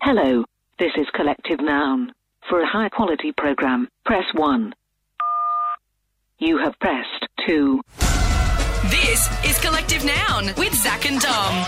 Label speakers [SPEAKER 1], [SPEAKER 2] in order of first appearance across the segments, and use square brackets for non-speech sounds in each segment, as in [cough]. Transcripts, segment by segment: [SPEAKER 1] Hello, this is Collective Noun. For a high quality program, press 1. You have pressed 2.
[SPEAKER 2] This is Collective Noun with Zach and Dom.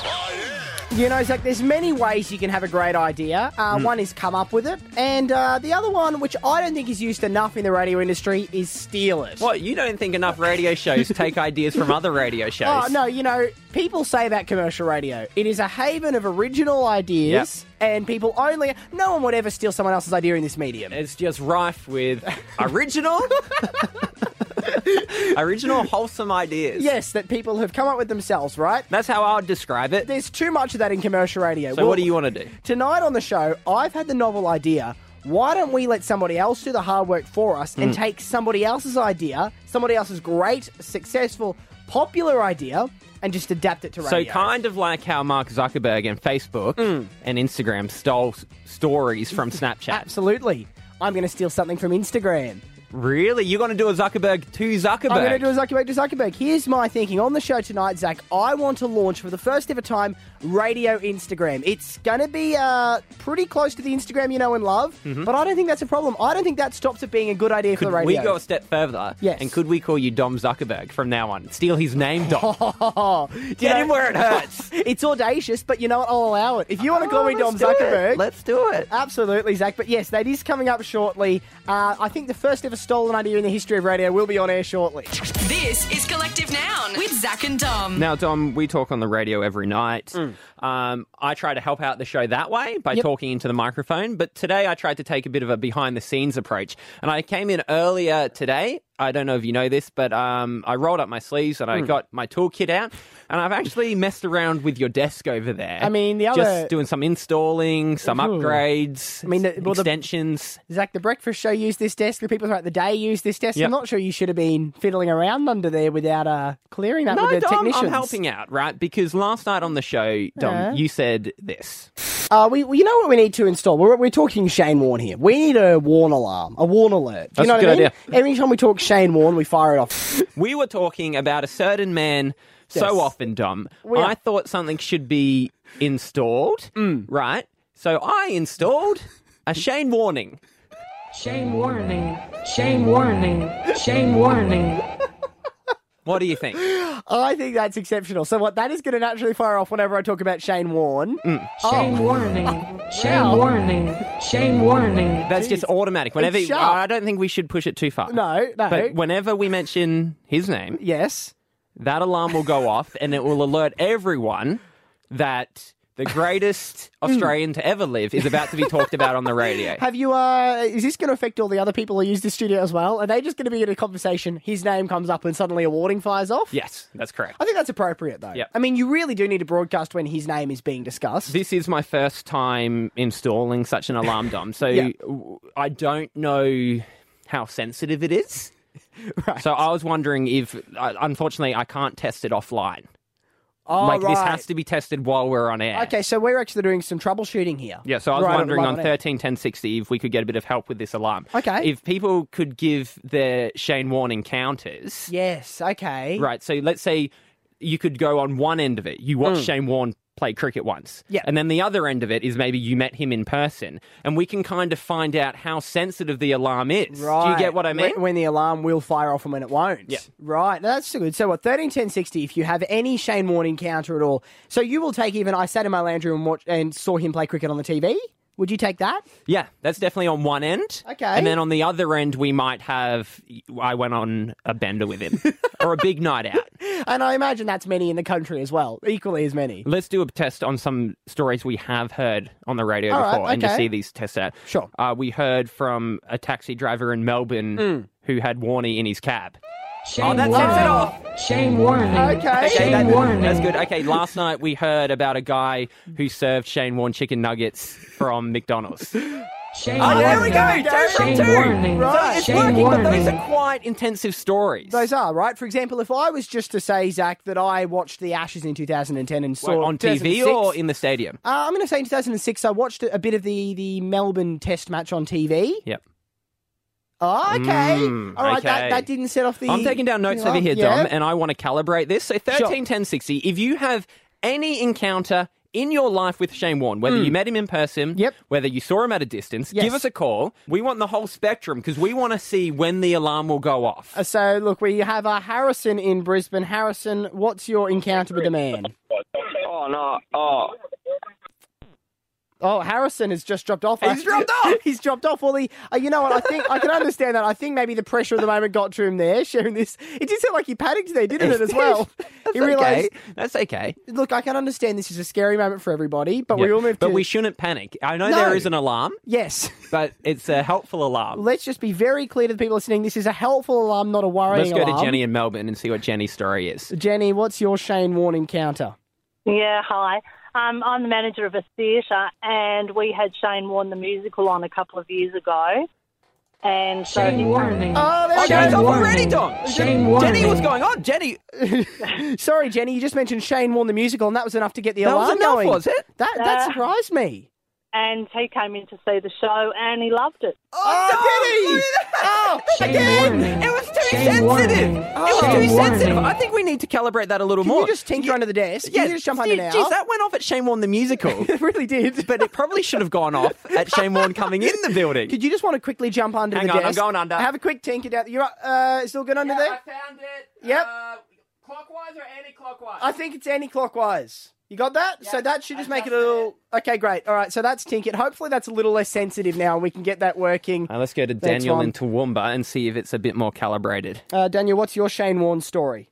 [SPEAKER 3] You know, Zach, there's many ways you can have a great idea. Uh,
[SPEAKER 4] Hmm.
[SPEAKER 3] One is come up with it, and uh, the other one, which I don't think is used enough in the radio industry, is steal it.
[SPEAKER 4] What, you don't think enough radio shows take ideas from other radio shows?
[SPEAKER 3] [laughs] Oh, no, you know, people say that commercial radio. It is a haven of original ideas, and people only. No one would ever steal someone else's idea in this medium.
[SPEAKER 4] It's just rife with
[SPEAKER 3] [laughs]
[SPEAKER 4] original, original, wholesome ideas.
[SPEAKER 3] Yes, that people have come up with themselves, right?
[SPEAKER 4] That's how I would describe it.
[SPEAKER 3] There's too much of that in commercial radio.
[SPEAKER 4] So, what do you want to do?
[SPEAKER 3] Tonight on the show, I've had the novel idea. Why don't we let somebody else do the hard work for us
[SPEAKER 4] Hmm.
[SPEAKER 3] and take somebody else's idea, somebody else's great, successful, popular idea, and just adapt it to radio? Mm.
[SPEAKER 4] So, kind of like how Mark Zuckerberg and Facebook and Instagram stole s- stories from Snapchat.
[SPEAKER 3] [laughs] Absolutely. I'm going to steal something from Instagram.
[SPEAKER 4] Really? You're going to do a Zuckerberg to Zuckerberg?
[SPEAKER 3] I'm going to do a Zuckerberg to Zuckerberg. Here's my thinking on the show tonight, Zach. I want to launch for the first ever time radio Instagram. It's going to be uh, pretty close to the Instagram you know and love, but I don't think that's a problem. I don't think that stops it being a good idea for the
[SPEAKER 4] Mm-hmm. Could we
[SPEAKER 3] radio.
[SPEAKER 4] go a step further?
[SPEAKER 3] Yes.
[SPEAKER 4] And could we call you Dom Zuckerberg from now on? Steal his name, Dom.
[SPEAKER 3] [laughs]
[SPEAKER 4] Get
[SPEAKER 3] know-
[SPEAKER 4] him where
[SPEAKER 3] [laughs]
[SPEAKER 4] it hurts.
[SPEAKER 3] it's audacious, but you know what? I'll allow it. If you want to call me Dom Zuckerberg,
[SPEAKER 4] Oh, Let's do it.
[SPEAKER 3] absolutely, Zach. But yes, that is coming up shortly. Uh, I think the first ever stolen idea in the history of radio will be on air shortly.
[SPEAKER 2] This is Collective Noun with Zach and Dom.
[SPEAKER 4] Now, Dom, we talk on the radio every night. Um, I try to help out the show that way by
[SPEAKER 3] Mm. Yep.
[SPEAKER 4] talking into the microphone, but today I tried to take a bit of a behind the scenes approach. And I came in earlier today. I don't know if you know this, but um, I rolled up my sleeves and I
[SPEAKER 3] Mm.
[SPEAKER 4] got my toolkit out. And I've actually messed around with your desk over there.
[SPEAKER 3] I mean, the other-
[SPEAKER 4] Just doing some installing, some
[SPEAKER 3] Ooh.
[SPEAKER 4] upgrades, I
[SPEAKER 3] mean,
[SPEAKER 4] mean,
[SPEAKER 3] the- well, the-
[SPEAKER 4] extensions.
[SPEAKER 3] Zach, the breakfast show used this desk. The people throughout the day used this desk.
[SPEAKER 4] Yep.
[SPEAKER 3] I'm not sure you should have been fiddling around under there without uh, clearing that
[SPEAKER 4] No,
[SPEAKER 3] with the
[SPEAKER 4] Dom,
[SPEAKER 3] technicians.
[SPEAKER 4] I'm helping out, right? Because last night on the show, Dom,
[SPEAKER 3] Yeah.
[SPEAKER 4] you said this.
[SPEAKER 3] Uh, we, we- you know what we need to install? We're, we're talking Shane Warne here. We need a warn alarm, a warn alert. Do you
[SPEAKER 4] That's
[SPEAKER 3] know
[SPEAKER 4] a
[SPEAKER 3] what
[SPEAKER 4] good
[SPEAKER 3] I mean?
[SPEAKER 4] idea.
[SPEAKER 3] Every time we talk Shane Warne, we fire it off.
[SPEAKER 4] We were talking about a certain man
[SPEAKER 3] Yes.
[SPEAKER 4] so often, Dom.
[SPEAKER 3] We are- Mm.
[SPEAKER 4] I thought something should be installed, right? So I installed a Shane warning.
[SPEAKER 5] Shame warning. Shame warning. Shame warning.
[SPEAKER 4] What do you think?
[SPEAKER 3] I think that's exceptional. So what that is going to naturally fire off whenever I talk about Shane Warne.
[SPEAKER 4] Mm.
[SPEAKER 5] Shame
[SPEAKER 4] Oh.
[SPEAKER 5] warning. Shame warning. Shame warning.
[SPEAKER 4] That's just automatic. Whenever
[SPEAKER 3] It's sharp.
[SPEAKER 4] I don't think we should push it too far.
[SPEAKER 3] No, no.
[SPEAKER 4] But whenever we mention his name,
[SPEAKER 3] Yes.
[SPEAKER 4] that alarm will go off and it will alert everyone that
[SPEAKER 3] [laughs]
[SPEAKER 4] the greatest
[SPEAKER 3] Hmm.
[SPEAKER 4] Australian to ever live is about to be talked about on the radio.
[SPEAKER 3] Have you? Uh, is this going to affect all the other people who use this studio as well? Are they just going to be in a conversation? His name comes up and suddenly a warning fires off.
[SPEAKER 4] Yes, that's correct.
[SPEAKER 3] I think that's appropriate though.
[SPEAKER 4] Yep.
[SPEAKER 3] I mean, you really do need to broadcast when his name is being discussed.
[SPEAKER 4] This is my first time installing such an alarm dom, so
[SPEAKER 3] [laughs] Yeah.
[SPEAKER 4] w- I don't know how sensitive it is.
[SPEAKER 3] [laughs] Right.
[SPEAKER 4] So I was wondering if, uh, unfortunately, I can't test it offline.
[SPEAKER 3] oh,
[SPEAKER 4] like this
[SPEAKER 3] right.
[SPEAKER 4] has to be tested while we're on air.
[SPEAKER 3] Okay, so we're actually doing some troubleshooting here.
[SPEAKER 4] Yeah. So I was
[SPEAKER 3] Right,
[SPEAKER 4] wondering
[SPEAKER 3] right
[SPEAKER 4] on
[SPEAKER 3] air.
[SPEAKER 4] thirteen ten sixty if we could get a bit of help with this alarm.
[SPEAKER 3] Okay.
[SPEAKER 4] If people could give their Shane warning counters.
[SPEAKER 3] Yes. Okay.
[SPEAKER 4] Right. So let's say you could go on one end of it. You watch Shane Warne play cricket once.
[SPEAKER 3] Mm. Yeah.
[SPEAKER 4] And then the other end of it is maybe you met him in person. And we can kind of find out how sensitive the alarm is.
[SPEAKER 3] Right.
[SPEAKER 4] Do you get what I mean?
[SPEAKER 3] When, when the alarm will fire off and when it won't.
[SPEAKER 4] Yeah.
[SPEAKER 3] Right. No, That's so good. So what? Thirteen ten sixty. If you have any Shane Warne encounter at all, so you will take even. I sat in my lounge room and watched and saw him play cricket on the TV. Would you take that?
[SPEAKER 4] yeah, that's definitely on one end.
[SPEAKER 3] Okay.
[SPEAKER 4] And then on the other end, we might have I went on a bender with him [laughs] or a big night out.
[SPEAKER 3] And I imagine that's many in the country as well, equally as many.
[SPEAKER 4] Let's do a test on some stories we have heard on the radio
[SPEAKER 3] All right,
[SPEAKER 4] before and to
[SPEAKER 3] okay.
[SPEAKER 4] see these tests out.
[SPEAKER 3] Sure.
[SPEAKER 4] Uh, we heard from a taxi driver in Melbourne
[SPEAKER 3] Mm.
[SPEAKER 4] who had Warnie in his cab.
[SPEAKER 5] Shame
[SPEAKER 4] that sets it off.
[SPEAKER 5] warning. Shame warning.
[SPEAKER 3] Okay.
[SPEAKER 4] Okay,
[SPEAKER 5] Shame
[SPEAKER 4] that-
[SPEAKER 5] warning.
[SPEAKER 4] That's good. Okay, last night we heard about a guy who served Shane Warne chicken nuggets from
[SPEAKER 3] [laughs]
[SPEAKER 4] McDonald's.
[SPEAKER 5] Shame
[SPEAKER 4] Oh,
[SPEAKER 5] warning.
[SPEAKER 4] there we go. Two from
[SPEAKER 5] Shame
[SPEAKER 4] two.
[SPEAKER 5] warning.
[SPEAKER 3] Right.
[SPEAKER 4] It's
[SPEAKER 5] Shame
[SPEAKER 4] working,
[SPEAKER 5] warning.
[SPEAKER 4] but those are quite intensive stories.
[SPEAKER 3] Those are right. For example, if I was just to say Zach that I watched the Ashes in 2010 and
[SPEAKER 4] Wait,
[SPEAKER 3] saw
[SPEAKER 4] on TV
[SPEAKER 3] 2006,
[SPEAKER 4] or in the stadium.
[SPEAKER 3] Uh, I'm going to say in 2006, I watched a bit of the, the Melbourne Test match on TV.
[SPEAKER 4] Yep.
[SPEAKER 3] Oh, okay.
[SPEAKER 4] Mm,
[SPEAKER 3] All right, That,
[SPEAKER 4] okay.
[SPEAKER 3] that didn't set off the.
[SPEAKER 4] I'm taking down notes
[SPEAKER 3] Yeah,
[SPEAKER 4] over here,
[SPEAKER 3] yeah.
[SPEAKER 4] Dom, and I want to calibrate this. So 13, 10, 60, if you have any encounter in your life with Shane Warne, whether you met him in person,
[SPEAKER 3] Mm. Yep.
[SPEAKER 4] whether you saw him at a distance,
[SPEAKER 3] Yes.
[SPEAKER 4] give us a call. We want the whole spectrum because we want to see when the alarm will go off.
[SPEAKER 3] Uh, So, look, we have uh, Harrison in Brisbane. Harrison, what's your encounter with the man?
[SPEAKER 6] Oh no! Oh,
[SPEAKER 3] Oh, Harrison has just dropped off.
[SPEAKER 4] He's dropped
[SPEAKER 3] [laughs]
[SPEAKER 4] off!
[SPEAKER 3] He's dropped off. Well, he, uh, you know what? I think I can understand that. I think maybe the pressure of the moment got to him there, [laughs] sharing this. It did sound like he panicked there, didn't it,
[SPEAKER 4] [laughs]
[SPEAKER 3] as well? he
[SPEAKER 4] That's
[SPEAKER 3] realised,
[SPEAKER 4] okay. that's okay.
[SPEAKER 3] look, I can understand this is a scary moment for everybody, but we
[SPEAKER 4] Yeah.
[SPEAKER 3] all moved
[SPEAKER 4] but
[SPEAKER 3] to...
[SPEAKER 4] we shouldn't panic. I know
[SPEAKER 3] No.
[SPEAKER 4] there is an alarm,
[SPEAKER 3] yes.
[SPEAKER 4] but it's a helpful alarm.
[SPEAKER 3] Let's just be very clear to the people listening. This is a helpful alarm, not a worrying
[SPEAKER 4] Let's go
[SPEAKER 3] alarm.
[SPEAKER 4] to Jenny in Melbourne and see what Jenny's story is.
[SPEAKER 3] Jenny, what's your Shane Warne encounter?
[SPEAKER 7] Yeah, hi. Um, I'm the manager of a theatre, and we had Shane Warne the musical on a couple of years ago. And so
[SPEAKER 5] Shame warning.
[SPEAKER 3] Oh, there we
[SPEAKER 5] Shane
[SPEAKER 4] Jenny's
[SPEAKER 3] go.
[SPEAKER 4] off
[SPEAKER 5] Warne.
[SPEAKER 4] already, Dom.
[SPEAKER 5] Shane
[SPEAKER 4] Jenny,
[SPEAKER 5] Warne.
[SPEAKER 4] what's going on? Jenny,
[SPEAKER 3] Sorry, Jenny, you just mentioned Shane Warne the musical, and that was enough to get the
[SPEAKER 4] That was
[SPEAKER 3] alarm
[SPEAKER 4] enough,
[SPEAKER 3] going.
[SPEAKER 4] was it?
[SPEAKER 3] That that
[SPEAKER 7] Uh,
[SPEAKER 3] surprised me.
[SPEAKER 7] and he came in to see the show, and he loved it. [laughs]
[SPEAKER 3] Oh, did he? Oh,
[SPEAKER 5] Shame
[SPEAKER 3] again.
[SPEAKER 5] warning.
[SPEAKER 4] it was too
[SPEAKER 5] Shame
[SPEAKER 4] sensitive.
[SPEAKER 5] warning.
[SPEAKER 4] It was too
[SPEAKER 5] Shame
[SPEAKER 4] sensitive.
[SPEAKER 5] warning.
[SPEAKER 4] I think we need to calibrate that a little
[SPEAKER 3] Oh, Can
[SPEAKER 4] more.
[SPEAKER 3] you just tinker under the desk? Can you just jump under
[SPEAKER 4] gee-
[SPEAKER 3] now?
[SPEAKER 4] Geez, that went off at Shane Warne the musical,
[SPEAKER 3] [laughs] it really did.
[SPEAKER 4] but it probably should have gone off at Shane Warne coming in the building.
[SPEAKER 3] Could you just want to quickly jump under
[SPEAKER 4] Hang
[SPEAKER 3] the
[SPEAKER 4] on, I'm
[SPEAKER 3] desk?
[SPEAKER 4] going under.
[SPEAKER 3] Have a quick tinker down. You're uh, is it all good under there?
[SPEAKER 4] found it. Uh,
[SPEAKER 3] Yep.
[SPEAKER 4] clockwise or anti-clockwise?
[SPEAKER 3] I think it's anti-clockwise. You got that? so that should just make it a little. Okay, great. All right, so that's Tinket. Hopefully, that's a little less sensitive now, and we can get that working.
[SPEAKER 4] let's go to
[SPEAKER 3] Thanks,
[SPEAKER 4] Daniel
[SPEAKER 3] Mum.
[SPEAKER 4] in Toowoomba and see if it's a bit more calibrated.
[SPEAKER 3] Uh, Daniel, what's your Shane Warne story?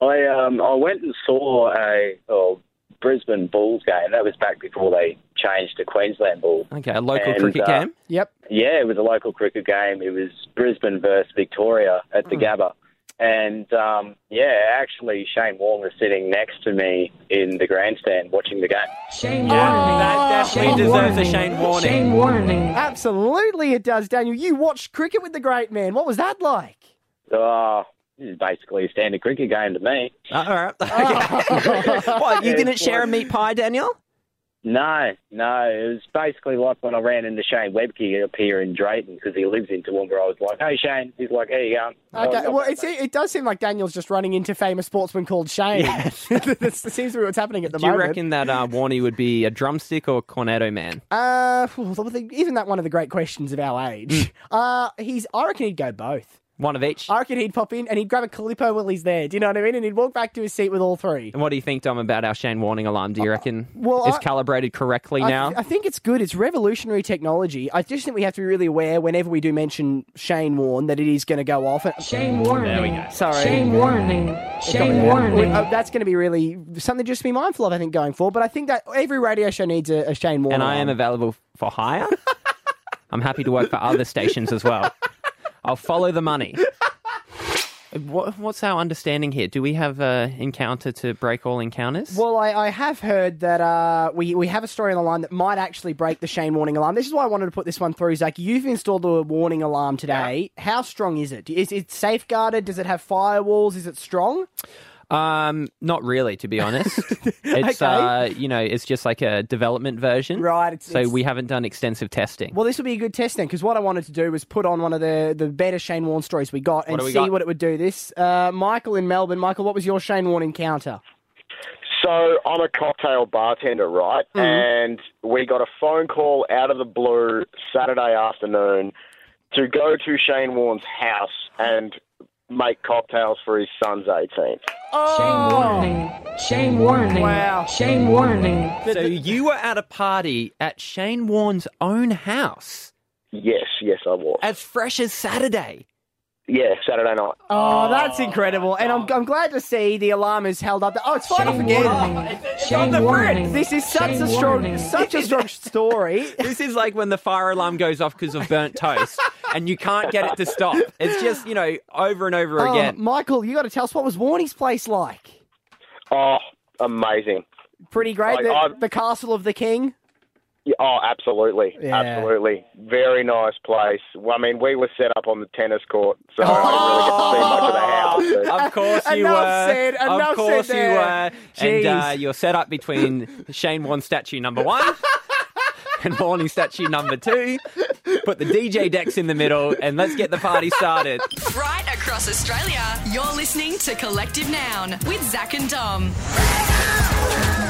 [SPEAKER 6] I um I went and saw a oh, Brisbane Bulls game. That was back before they changed to Queensland Bulls.
[SPEAKER 4] Okay, a local
[SPEAKER 6] And,
[SPEAKER 4] cricket
[SPEAKER 6] uh,
[SPEAKER 4] game.
[SPEAKER 3] Yep.
[SPEAKER 6] Yeah, it was a local cricket game. It was Brisbane versus Victoria at
[SPEAKER 3] Hmm.
[SPEAKER 6] the Gabba. And um, yeah, actually, Shane Warne was sitting next to me in the grandstand watching the game.
[SPEAKER 5] Shame
[SPEAKER 4] Yeah, that
[SPEAKER 5] warning.
[SPEAKER 3] Oh,
[SPEAKER 4] definitely deserves a Shane warning.
[SPEAKER 5] Shame warning.
[SPEAKER 3] Absolutely, it does, Daniel. You watched cricket with the great man. What was that like?
[SPEAKER 6] Oh, this is basically a standard cricket game to me.
[SPEAKER 4] Uh, all right. [laughs] Okay. what, you
[SPEAKER 6] Yeah,
[SPEAKER 4] didn't
[SPEAKER 6] it's
[SPEAKER 4] share a
[SPEAKER 6] like-
[SPEAKER 4] meat pie, Daniel?
[SPEAKER 6] No, no, it was basically like when I ran into Shane Webke up here in Drayton because he lives in Toowoomba. I was like, "Hey, Shane," he's like, "Hey, you
[SPEAKER 4] Oh,
[SPEAKER 6] going?"
[SPEAKER 3] Okay, well, it, se- it does seem like Daniel's just running into famous sportsman called Shane. [laughs] this seems to be what's happening at the
[SPEAKER 4] Do you
[SPEAKER 3] moment.
[SPEAKER 4] reckon that uh, Warney would be a drumstick or cornetto man?
[SPEAKER 3] Uh, phew, isn't that one of the great questions of our
[SPEAKER 4] Mm.
[SPEAKER 3] age? Uh, he's. I reckon he'd go both.
[SPEAKER 4] One of each.
[SPEAKER 3] I reckon he'd pop in and he'd grab a Calippo while he's there. Do you know what I mean? And he'd walk back to his seat with all three.
[SPEAKER 4] And what do you think, Dom, about our Shane warning alarm? Do you reckon
[SPEAKER 3] well,
[SPEAKER 4] it's
[SPEAKER 3] I-
[SPEAKER 4] calibrated correctly
[SPEAKER 3] I,
[SPEAKER 4] now?
[SPEAKER 3] I think it's good. It's revolutionary technology. I just think we have to be really aware whenever we do mention Shane Warne that it is going to go off.
[SPEAKER 5] Shame warning. There we go.
[SPEAKER 3] Sorry.
[SPEAKER 5] Shame warning. Shame warning.
[SPEAKER 3] Uh, that's going to be really something just to be mindful of, I think, going forward. But I think that every radio show needs a, a Shane Warne.
[SPEAKER 4] and I
[SPEAKER 3] alarm.
[SPEAKER 4] am available for [laughs] hire. I'm happy to work for other stations as well. I'll follow the money. [laughs] What, what's our understanding here? Do we have uh, encounter to break all encounters?
[SPEAKER 3] Well, I, I have heard that uh, we, we have a story on the line that might actually break the Shane warning alarm. This is why I wanted to put this one through, Zach. You've installed a warning alarm today. How strong is it? Is it safeguarded? Does it have firewalls? Is it strong?
[SPEAKER 4] Um, not really, to be honest.
[SPEAKER 3] [laughs]
[SPEAKER 4] it's
[SPEAKER 3] Okay.
[SPEAKER 4] uh, you know, it's just like a development version,
[SPEAKER 3] Right, it's-
[SPEAKER 4] so
[SPEAKER 3] it's-
[SPEAKER 4] we haven't done extensive testing.
[SPEAKER 3] Well, this would be a good test then, because what I wanted to do was put on one of the, the better Shane Warne stories we got and
[SPEAKER 4] do we
[SPEAKER 3] see
[SPEAKER 4] got?
[SPEAKER 3] what it would do. This uh, Michael in Melbourne. Michael, what was your Shane Warne encounter?
[SPEAKER 8] So I'm a cocktail bartender, right? And we got a phone call out of the blue Saturday afternoon to go to Shane Warne's house and make cocktails for his son's 18th.
[SPEAKER 5] Shame warning. Shame warning.
[SPEAKER 3] Oh. Wow.
[SPEAKER 5] Shame warning.
[SPEAKER 4] so you were at a party at Shane Warne's own house,
[SPEAKER 8] Yes, yes, I was.
[SPEAKER 4] as fresh as Saturday.
[SPEAKER 8] Yeah, Saturday night.
[SPEAKER 3] Oh, that's incredible. And I'm, I'm glad to see the alarm is held up. Oh, it's fired off
[SPEAKER 5] Shame
[SPEAKER 3] again.
[SPEAKER 5] warning. Shame warning.
[SPEAKER 3] This is such
[SPEAKER 5] Shame
[SPEAKER 3] a strong,
[SPEAKER 5] warning.
[SPEAKER 3] such a strong story.
[SPEAKER 4] This is like when the fire alarm goes off because of burnt toast, and you can't get it to stop. It's just you know over and over
[SPEAKER 3] Oh,
[SPEAKER 4] again.
[SPEAKER 3] Michael, you got to tell us what was Warney's place like?
[SPEAKER 8] Oh, amazing.
[SPEAKER 3] Pretty great.
[SPEAKER 8] Like,
[SPEAKER 3] the,
[SPEAKER 8] I've-
[SPEAKER 3] the castle of the king.
[SPEAKER 8] Yeah, oh, absolutely.
[SPEAKER 3] Yeah.
[SPEAKER 8] Absolutely. Very nice place. Well, I mean, we were set up on the tennis court, so I didn't really get to see much of
[SPEAKER 4] [laughs]
[SPEAKER 8] the house.
[SPEAKER 3] [laughs]
[SPEAKER 4] Of course you
[SPEAKER 3] Enough
[SPEAKER 4] were.
[SPEAKER 3] said, enough
[SPEAKER 4] of course
[SPEAKER 3] said
[SPEAKER 4] you were.
[SPEAKER 3] there.
[SPEAKER 4] And uh,
[SPEAKER 3] Jeez.
[SPEAKER 4] you're set up
[SPEAKER 3] [laughs]
[SPEAKER 4] between Shane Warne statue number one and Warney statue number two. Put the DJ decks in the middle and let's get the party started.
[SPEAKER 2] Right across Australia, you're listening to Collective Noun with Zach and Dom.
[SPEAKER 9] Right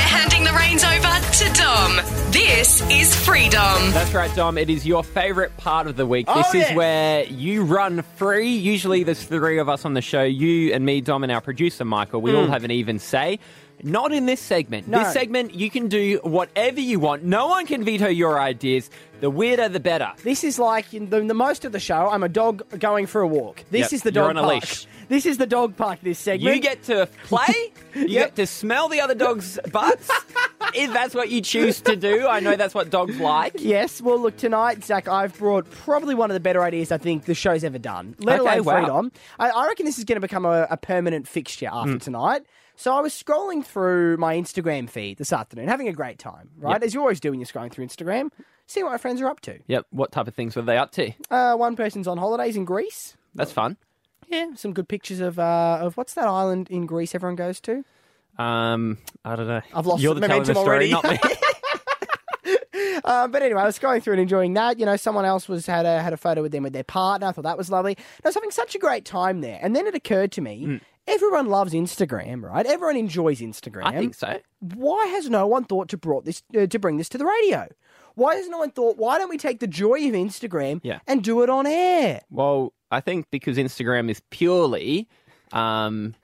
[SPEAKER 2] handing the reins over to Dom. This is Freedom.
[SPEAKER 4] That's right, Dom. It is your favourite part of the week. This
[SPEAKER 3] Oh,
[SPEAKER 4] is
[SPEAKER 3] yeah.
[SPEAKER 4] where you run free. Usually, there's three of us on the show you and me, Dom, and our producer, Michael. We all have an even say. Not in this segment.
[SPEAKER 3] Hmm. No.
[SPEAKER 4] This segment, you can do whatever you want. No one can veto your ideas. The weirder, the better.
[SPEAKER 3] This is like in the, the most of the show. I'm a dog going for a walk. This
[SPEAKER 4] Yep,
[SPEAKER 3] is the
[SPEAKER 4] you're
[SPEAKER 3] dog
[SPEAKER 4] on a
[SPEAKER 3] park.
[SPEAKER 4] leash.
[SPEAKER 3] This is the dog park. This segment.
[SPEAKER 4] You get to play. You
[SPEAKER 3] Yep.
[SPEAKER 4] get to smell the
[SPEAKER 3] [laughs]
[SPEAKER 4] other dog's butts. if that's what you choose to do, I know that's what dogs like.
[SPEAKER 3] Yes, well, look, tonight, Zach, I've brought probably one of the better ideas I think the show's ever done, let
[SPEAKER 4] Okay,
[SPEAKER 3] alone
[SPEAKER 4] wow.
[SPEAKER 3] Freedom. I, I reckon this is going to become a, a permanent fixture
[SPEAKER 4] Mm.
[SPEAKER 3] after tonight. So I was scrolling through my Instagram feed this afternoon, having a great time, right? As you always do when you're scrolling through Instagram, see what my friends are up to.
[SPEAKER 4] Yep. What type of things were they up to?
[SPEAKER 3] Uh, one person's on holidays in Greece.
[SPEAKER 4] That's fun.
[SPEAKER 3] Yeah, some good pictures of uh, of what's that island in Greece everyone goes to?
[SPEAKER 4] Um, I don't know.
[SPEAKER 3] I've lost
[SPEAKER 4] You're the teller of the
[SPEAKER 3] momentum already.
[SPEAKER 4] story, not me.
[SPEAKER 3] [laughs]
[SPEAKER 4] [laughs]
[SPEAKER 3] Um, but anyway, I was going through and enjoying that. You know, someone else was had a had a photo with them with their partner. I thought that was lovely. And I was having such a great time there. And then it occurred to me,
[SPEAKER 4] Hmm.
[SPEAKER 3] everyone loves Instagram, right? Everyone enjoys Instagram.
[SPEAKER 4] I think so.
[SPEAKER 3] Why has no one thought to brought this uh, to bring this to the radio? Why has no one thought? Why don't we take the joy of Instagram
[SPEAKER 4] Yeah.
[SPEAKER 3] and do it on air?
[SPEAKER 4] Well, I think because Instagram is purely um,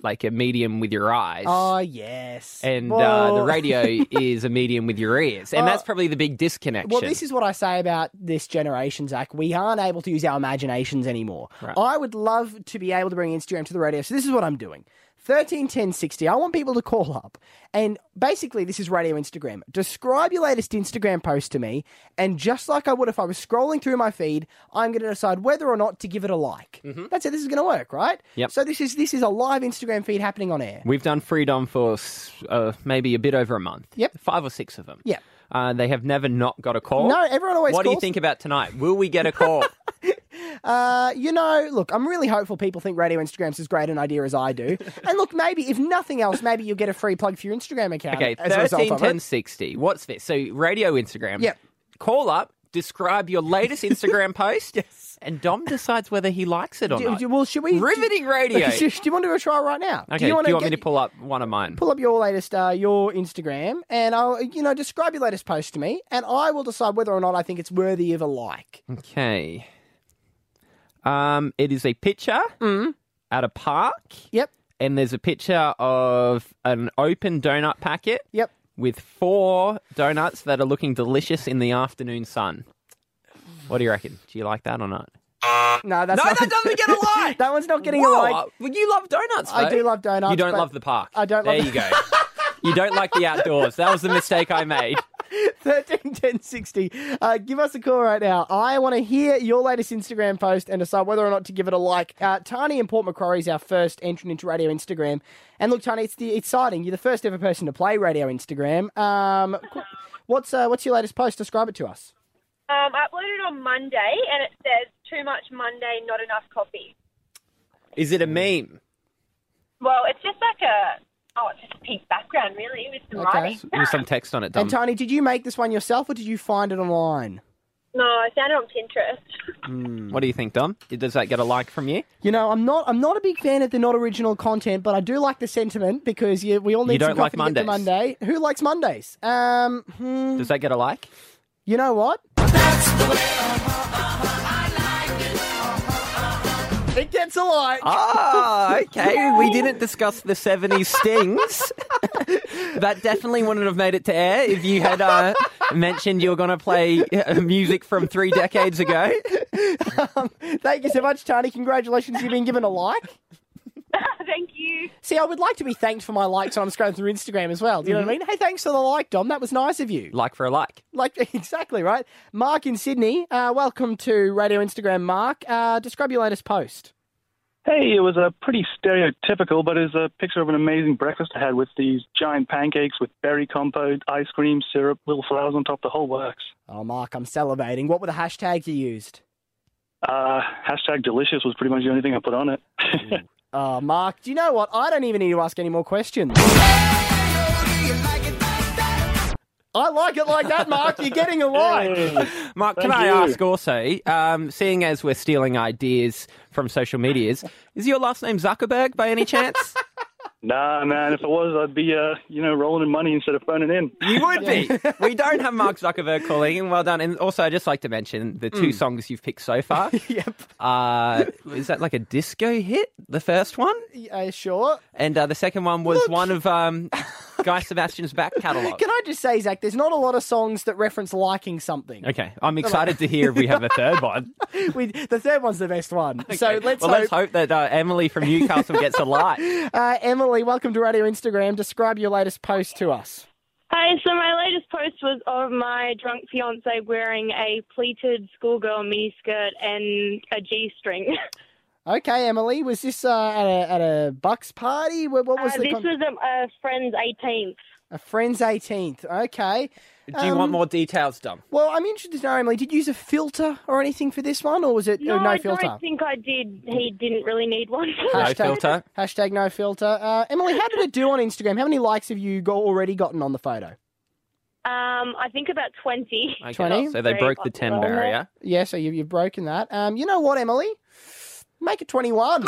[SPEAKER 4] like a medium with your eyes.
[SPEAKER 3] Oh yes.
[SPEAKER 4] and uh,
[SPEAKER 3] Well-
[SPEAKER 4] the
[SPEAKER 3] [laughs]
[SPEAKER 4] radio is a medium with your ears. And
[SPEAKER 3] Uh,
[SPEAKER 4] that's probably the big disconnection.
[SPEAKER 3] Well, this is what I say about this generation, Zach. We aren't able to use our imaginations anymore.
[SPEAKER 4] Right.
[SPEAKER 3] I would love to be able to bring Instagram to the radio. So this is what I'm doing. 13 10 60. I want people to call up. And basically, this is radio Instagram. Describe your latest Instagram post to me. And just like I would if I was scrolling through my feed, I'm going to decide whether or not to give it a like. That's it. This is going to work, right?
[SPEAKER 4] Mm-hmm. Yep.
[SPEAKER 3] So this is this is a live Instagram feed happening on air.
[SPEAKER 4] We've done Freedom for s- uh, maybe a bit over a month.
[SPEAKER 3] Yep.
[SPEAKER 4] Five or six of them.
[SPEAKER 3] Yep.
[SPEAKER 4] Uh, they have never not got a call.
[SPEAKER 3] No, everyone always
[SPEAKER 4] What do you
[SPEAKER 3] calls.
[SPEAKER 4] think about tonight? Will we get
[SPEAKER 3] [laughs]
[SPEAKER 4] a call?
[SPEAKER 3] Uh, you know, look, I'm really hopeful people think Radio Instagram's as great an idea as I do. and look, maybe if nothing else, maybe you'll get a free plug for your Instagram account.
[SPEAKER 4] okay,
[SPEAKER 3] as a result
[SPEAKER 4] 13
[SPEAKER 3] of it.
[SPEAKER 4] 10 60. What's this? So, radio Instagram.
[SPEAKER 3] Yep.
[SPEAKER 4] Call up, describe your
[SPEAKER 3] [laughs]
[SPEAKER 4] latest Instagram post, and Dom decides whether he likes it or
[SPEAKER 3] Do,
[SPEAKER 4] not.
[SPEAKER 3] do, well, should we?
[SPEAKER 4] Riveting radio.
[SPEAKER 3] Do, [laughs] do you want to do a trial right now?
[SPEAKER 4] Okay, do you,
[SPEAKER 3] wanna
[SPEAKER 4] want me
[SPEAKER 3] get-
[SPEAKER 4] to pull up one of mine?
[SPEAKER 3] pull up your latest uh, your Instagram and I'll you know describe your latest post to me, and I will decide whether or not I think it's worthy of a like.
[SPEAKER 4] Okay. Um, it is a picture
[SPEAKER 3] Mm.
[SPEAKER 4] at a park,
[SPEAKER 3] Yep.
[SPEAKER 4] and there's a picture of an open donut packet.
[SPEAKER 3] Yep.
[SPEAKER 4] With four donuts that are looking delicious in the afternoon sun. What do you reckon? Do you like that or not?
[SPEAKER 3] No, that's not, [laughs]
[SPEAKER 4] get a like.
[SPEAKER 3] that one's not getting a
[SPEAKER 4] Whoa,
[SPEAKER 3] like.
[SPEAKER 4] uh, well, you love donuts.
[SPEAKER 3] I
[SPEAKER 4] though.
[SPEAKER 3] do love donuts,
[SPEAKER 4] You don't
[SPEAKER 3] but
[SPEAKER 4] love the park.
[SPEAKER 3] I don't
[SPEAKER 4] There
[SPEAKER 3] love- [laughs]
[SPEAKER 4] you go. you don't like the outdoors. That was the mistake I made.
[SPEAKER 3] 13 10 60. Uh, give us a call right now. I want to hear your latest Instagram post and decide whether or not to give it a like. Uh, Tani in Port Macquarie is our first entrant into Radio Instagram. And look, Tani, it's the, exciting. You're the first ever person to play Radio Instagram. Um, qu- what's uh, what's your latest post? Describe it to us.
[SPEAKER 9] Um, I uploaded on Monday, and it says too much Monday, not enough coffee.
[SPEAKER 4] Is it a meme?
[SPEAKER 9] Well, it's just like a oh, it's just a pink background really with some
[SPEAKER 3] Okay.
[SPEAKER 9] writing.
[SPEAKER 4] With some text on it, Dom.
[SPEAKER 3] And Tani, did you make this one yourself or did you find it online?
[SPEAKER 9] [laughs] No, I found it on Pinterest.
[SPEAKER 4] What do you think, Dom? Does that get a like from you?
[SPEAKER 3] You know, I'm not I'm not a big fan of the not original content, but I do like the sentiment because you, we all need
[SPEAKER 4] You
[SPEAKER 3] some
[SPEAKER 4] don't like
[SPEAKER 3] coffee to get to
[SPEAKER 4] Mondays.
[SPEAKER 3] Monday. Who likes Mondays? Um, hmm,
[SPEAKER 4] Does that get a like?
[SPEAKER 3] you know what? It gets a like. [laughs]
[SPEAKER 4] Ah, okay. We didn't discuss the 70s stings. [laughs] that definitely wouldn't have made it to air if you had uh, mentioned you were going to play uh, music from three decades ago.
[SPEAKER 3] Um, Thank you so much, Tani. Congratulations, you've been given a like.
[SPEAKER 9] Thank you.
[SPEAKER 3] See, I would like to be thanked for my likes when I'm scrolling through Instagram as well. Do you know what I mean? Hey, thanks for the like, Dom. That was nice of you.
[SPEAKER 4] Like for a like.
[SPEAKER 3] Like, [laughs] exactly, right? Mark in Sydney, uh, welcome to Radio Instagram, Mark. Uh, describe your latest post.
[SPEAKER 10] Hey, it was a pretty stereotypical, but it was a picture of an amazing breakfast I had with these giant pancakes with berry compote, ice cream, syrup, little flowers on top, the whole works.
[SPEAKER 3] Oh, Mark, I'm salivating. What were the hashtags you used?
[SPEAKER 10] Uh, hashtag delicious was pretty much the only thing I put on it.
[SPEAKER 3] Oh, Mark, do you know what? I don't even need to ask any more questions. I like it like that, Mark. You're getting a
[SPEAKER 4] [laughs]
[SPEAKER 3] like. [laughs]
[SPEAKER 4] Mark, can
[SPEAKER 10] Thank
[SPEAKER 4] I
[SPEAKER 10] you.
[SPEAKER 4] ask also, um, seeing as we're stealing ideas from social medias, is your last name Zuckerberg by any chance?
[SPEAKER 10] [laughs] Nah, man. If it was, I'd be, uh, you know, rolling in money instead of phoning in.
[SPEAKER 4] You would be. [laughs] We don't have Mark Zuckerberg calling in. Well done. And also, I'd just like to mention the two
[SPEAKER 10] Mm.
[SPEAKER 4] songs you've picked so far. yep. Uh, is that like a disco hit, the first one?
[SPEAKER 3] Yeah, sure.
[SPEAKER 4] And uh, the second one was one of um, Guy Sebastian's back catalogue.
[SPEAKER 3] Can I just say, Zach, there's not a lot of songs that reference liking something.
[SPEAKER 4] Okay. I'm excited to hear if we have a third one.
[SPEAKER 3] we, the third one's the best one. [laughs] So let's
[SPEAKER 4] well,
[SPEAKER 3] hope.
[SPEAKER 4] let's hope that uh, Emily from Newcastle gets a light.
[SPEAKER 3] Uh, Emily, welcome to Radio Instagram. Describe your latest post to us.
[SPEAKER 11] Hi, so my latest post was of my drunk fiance wearing a pleated schoolgirl miniskirt and a G string.
[SPEAKER 3] Okay, Emily, was this uh, at, a, at a Bucks party? What, what was
[SPEAKER 11] Uh,
[SPEAKER 3] the
[SPEAKER 11] this
[SPEAKER 3] con- Oh,
[SPEAKER 11] was at a friend's 18th.
[SPEAKER 3] a friend's 18th? Okay.
[SPEAKER 4] Do you
[SPEAKER 3] Um,
[SPEAKER 4] want more details, Dom?
[SPEAKER 3] Well, I'm interested to know, Emily, did you use a filter or anything for this one, or was it
[SPEAKER 11] No,
[SPEAKER 3] or no
[SPEAKER 11] I
[SPEAKER 3] filter?
[SPEAKER 11] don't think I did. He didn't really need one.
[SPEAKER 3] Hashtag, Hashtag no filter. Uh, Emily, how did it do on Instagram? How many likes have you got already gotten on the photo?
[SPEAKER 11] Um, I think about 20.
[SPEAKER 4] Okay.
[SPEAKER 3] 20?
[SPEAKER 4] So they broke the 10 barrier.
[SPEAKER 3] Yeah, so you've, you've broken that. Um, you know what, Emily? Make it 21.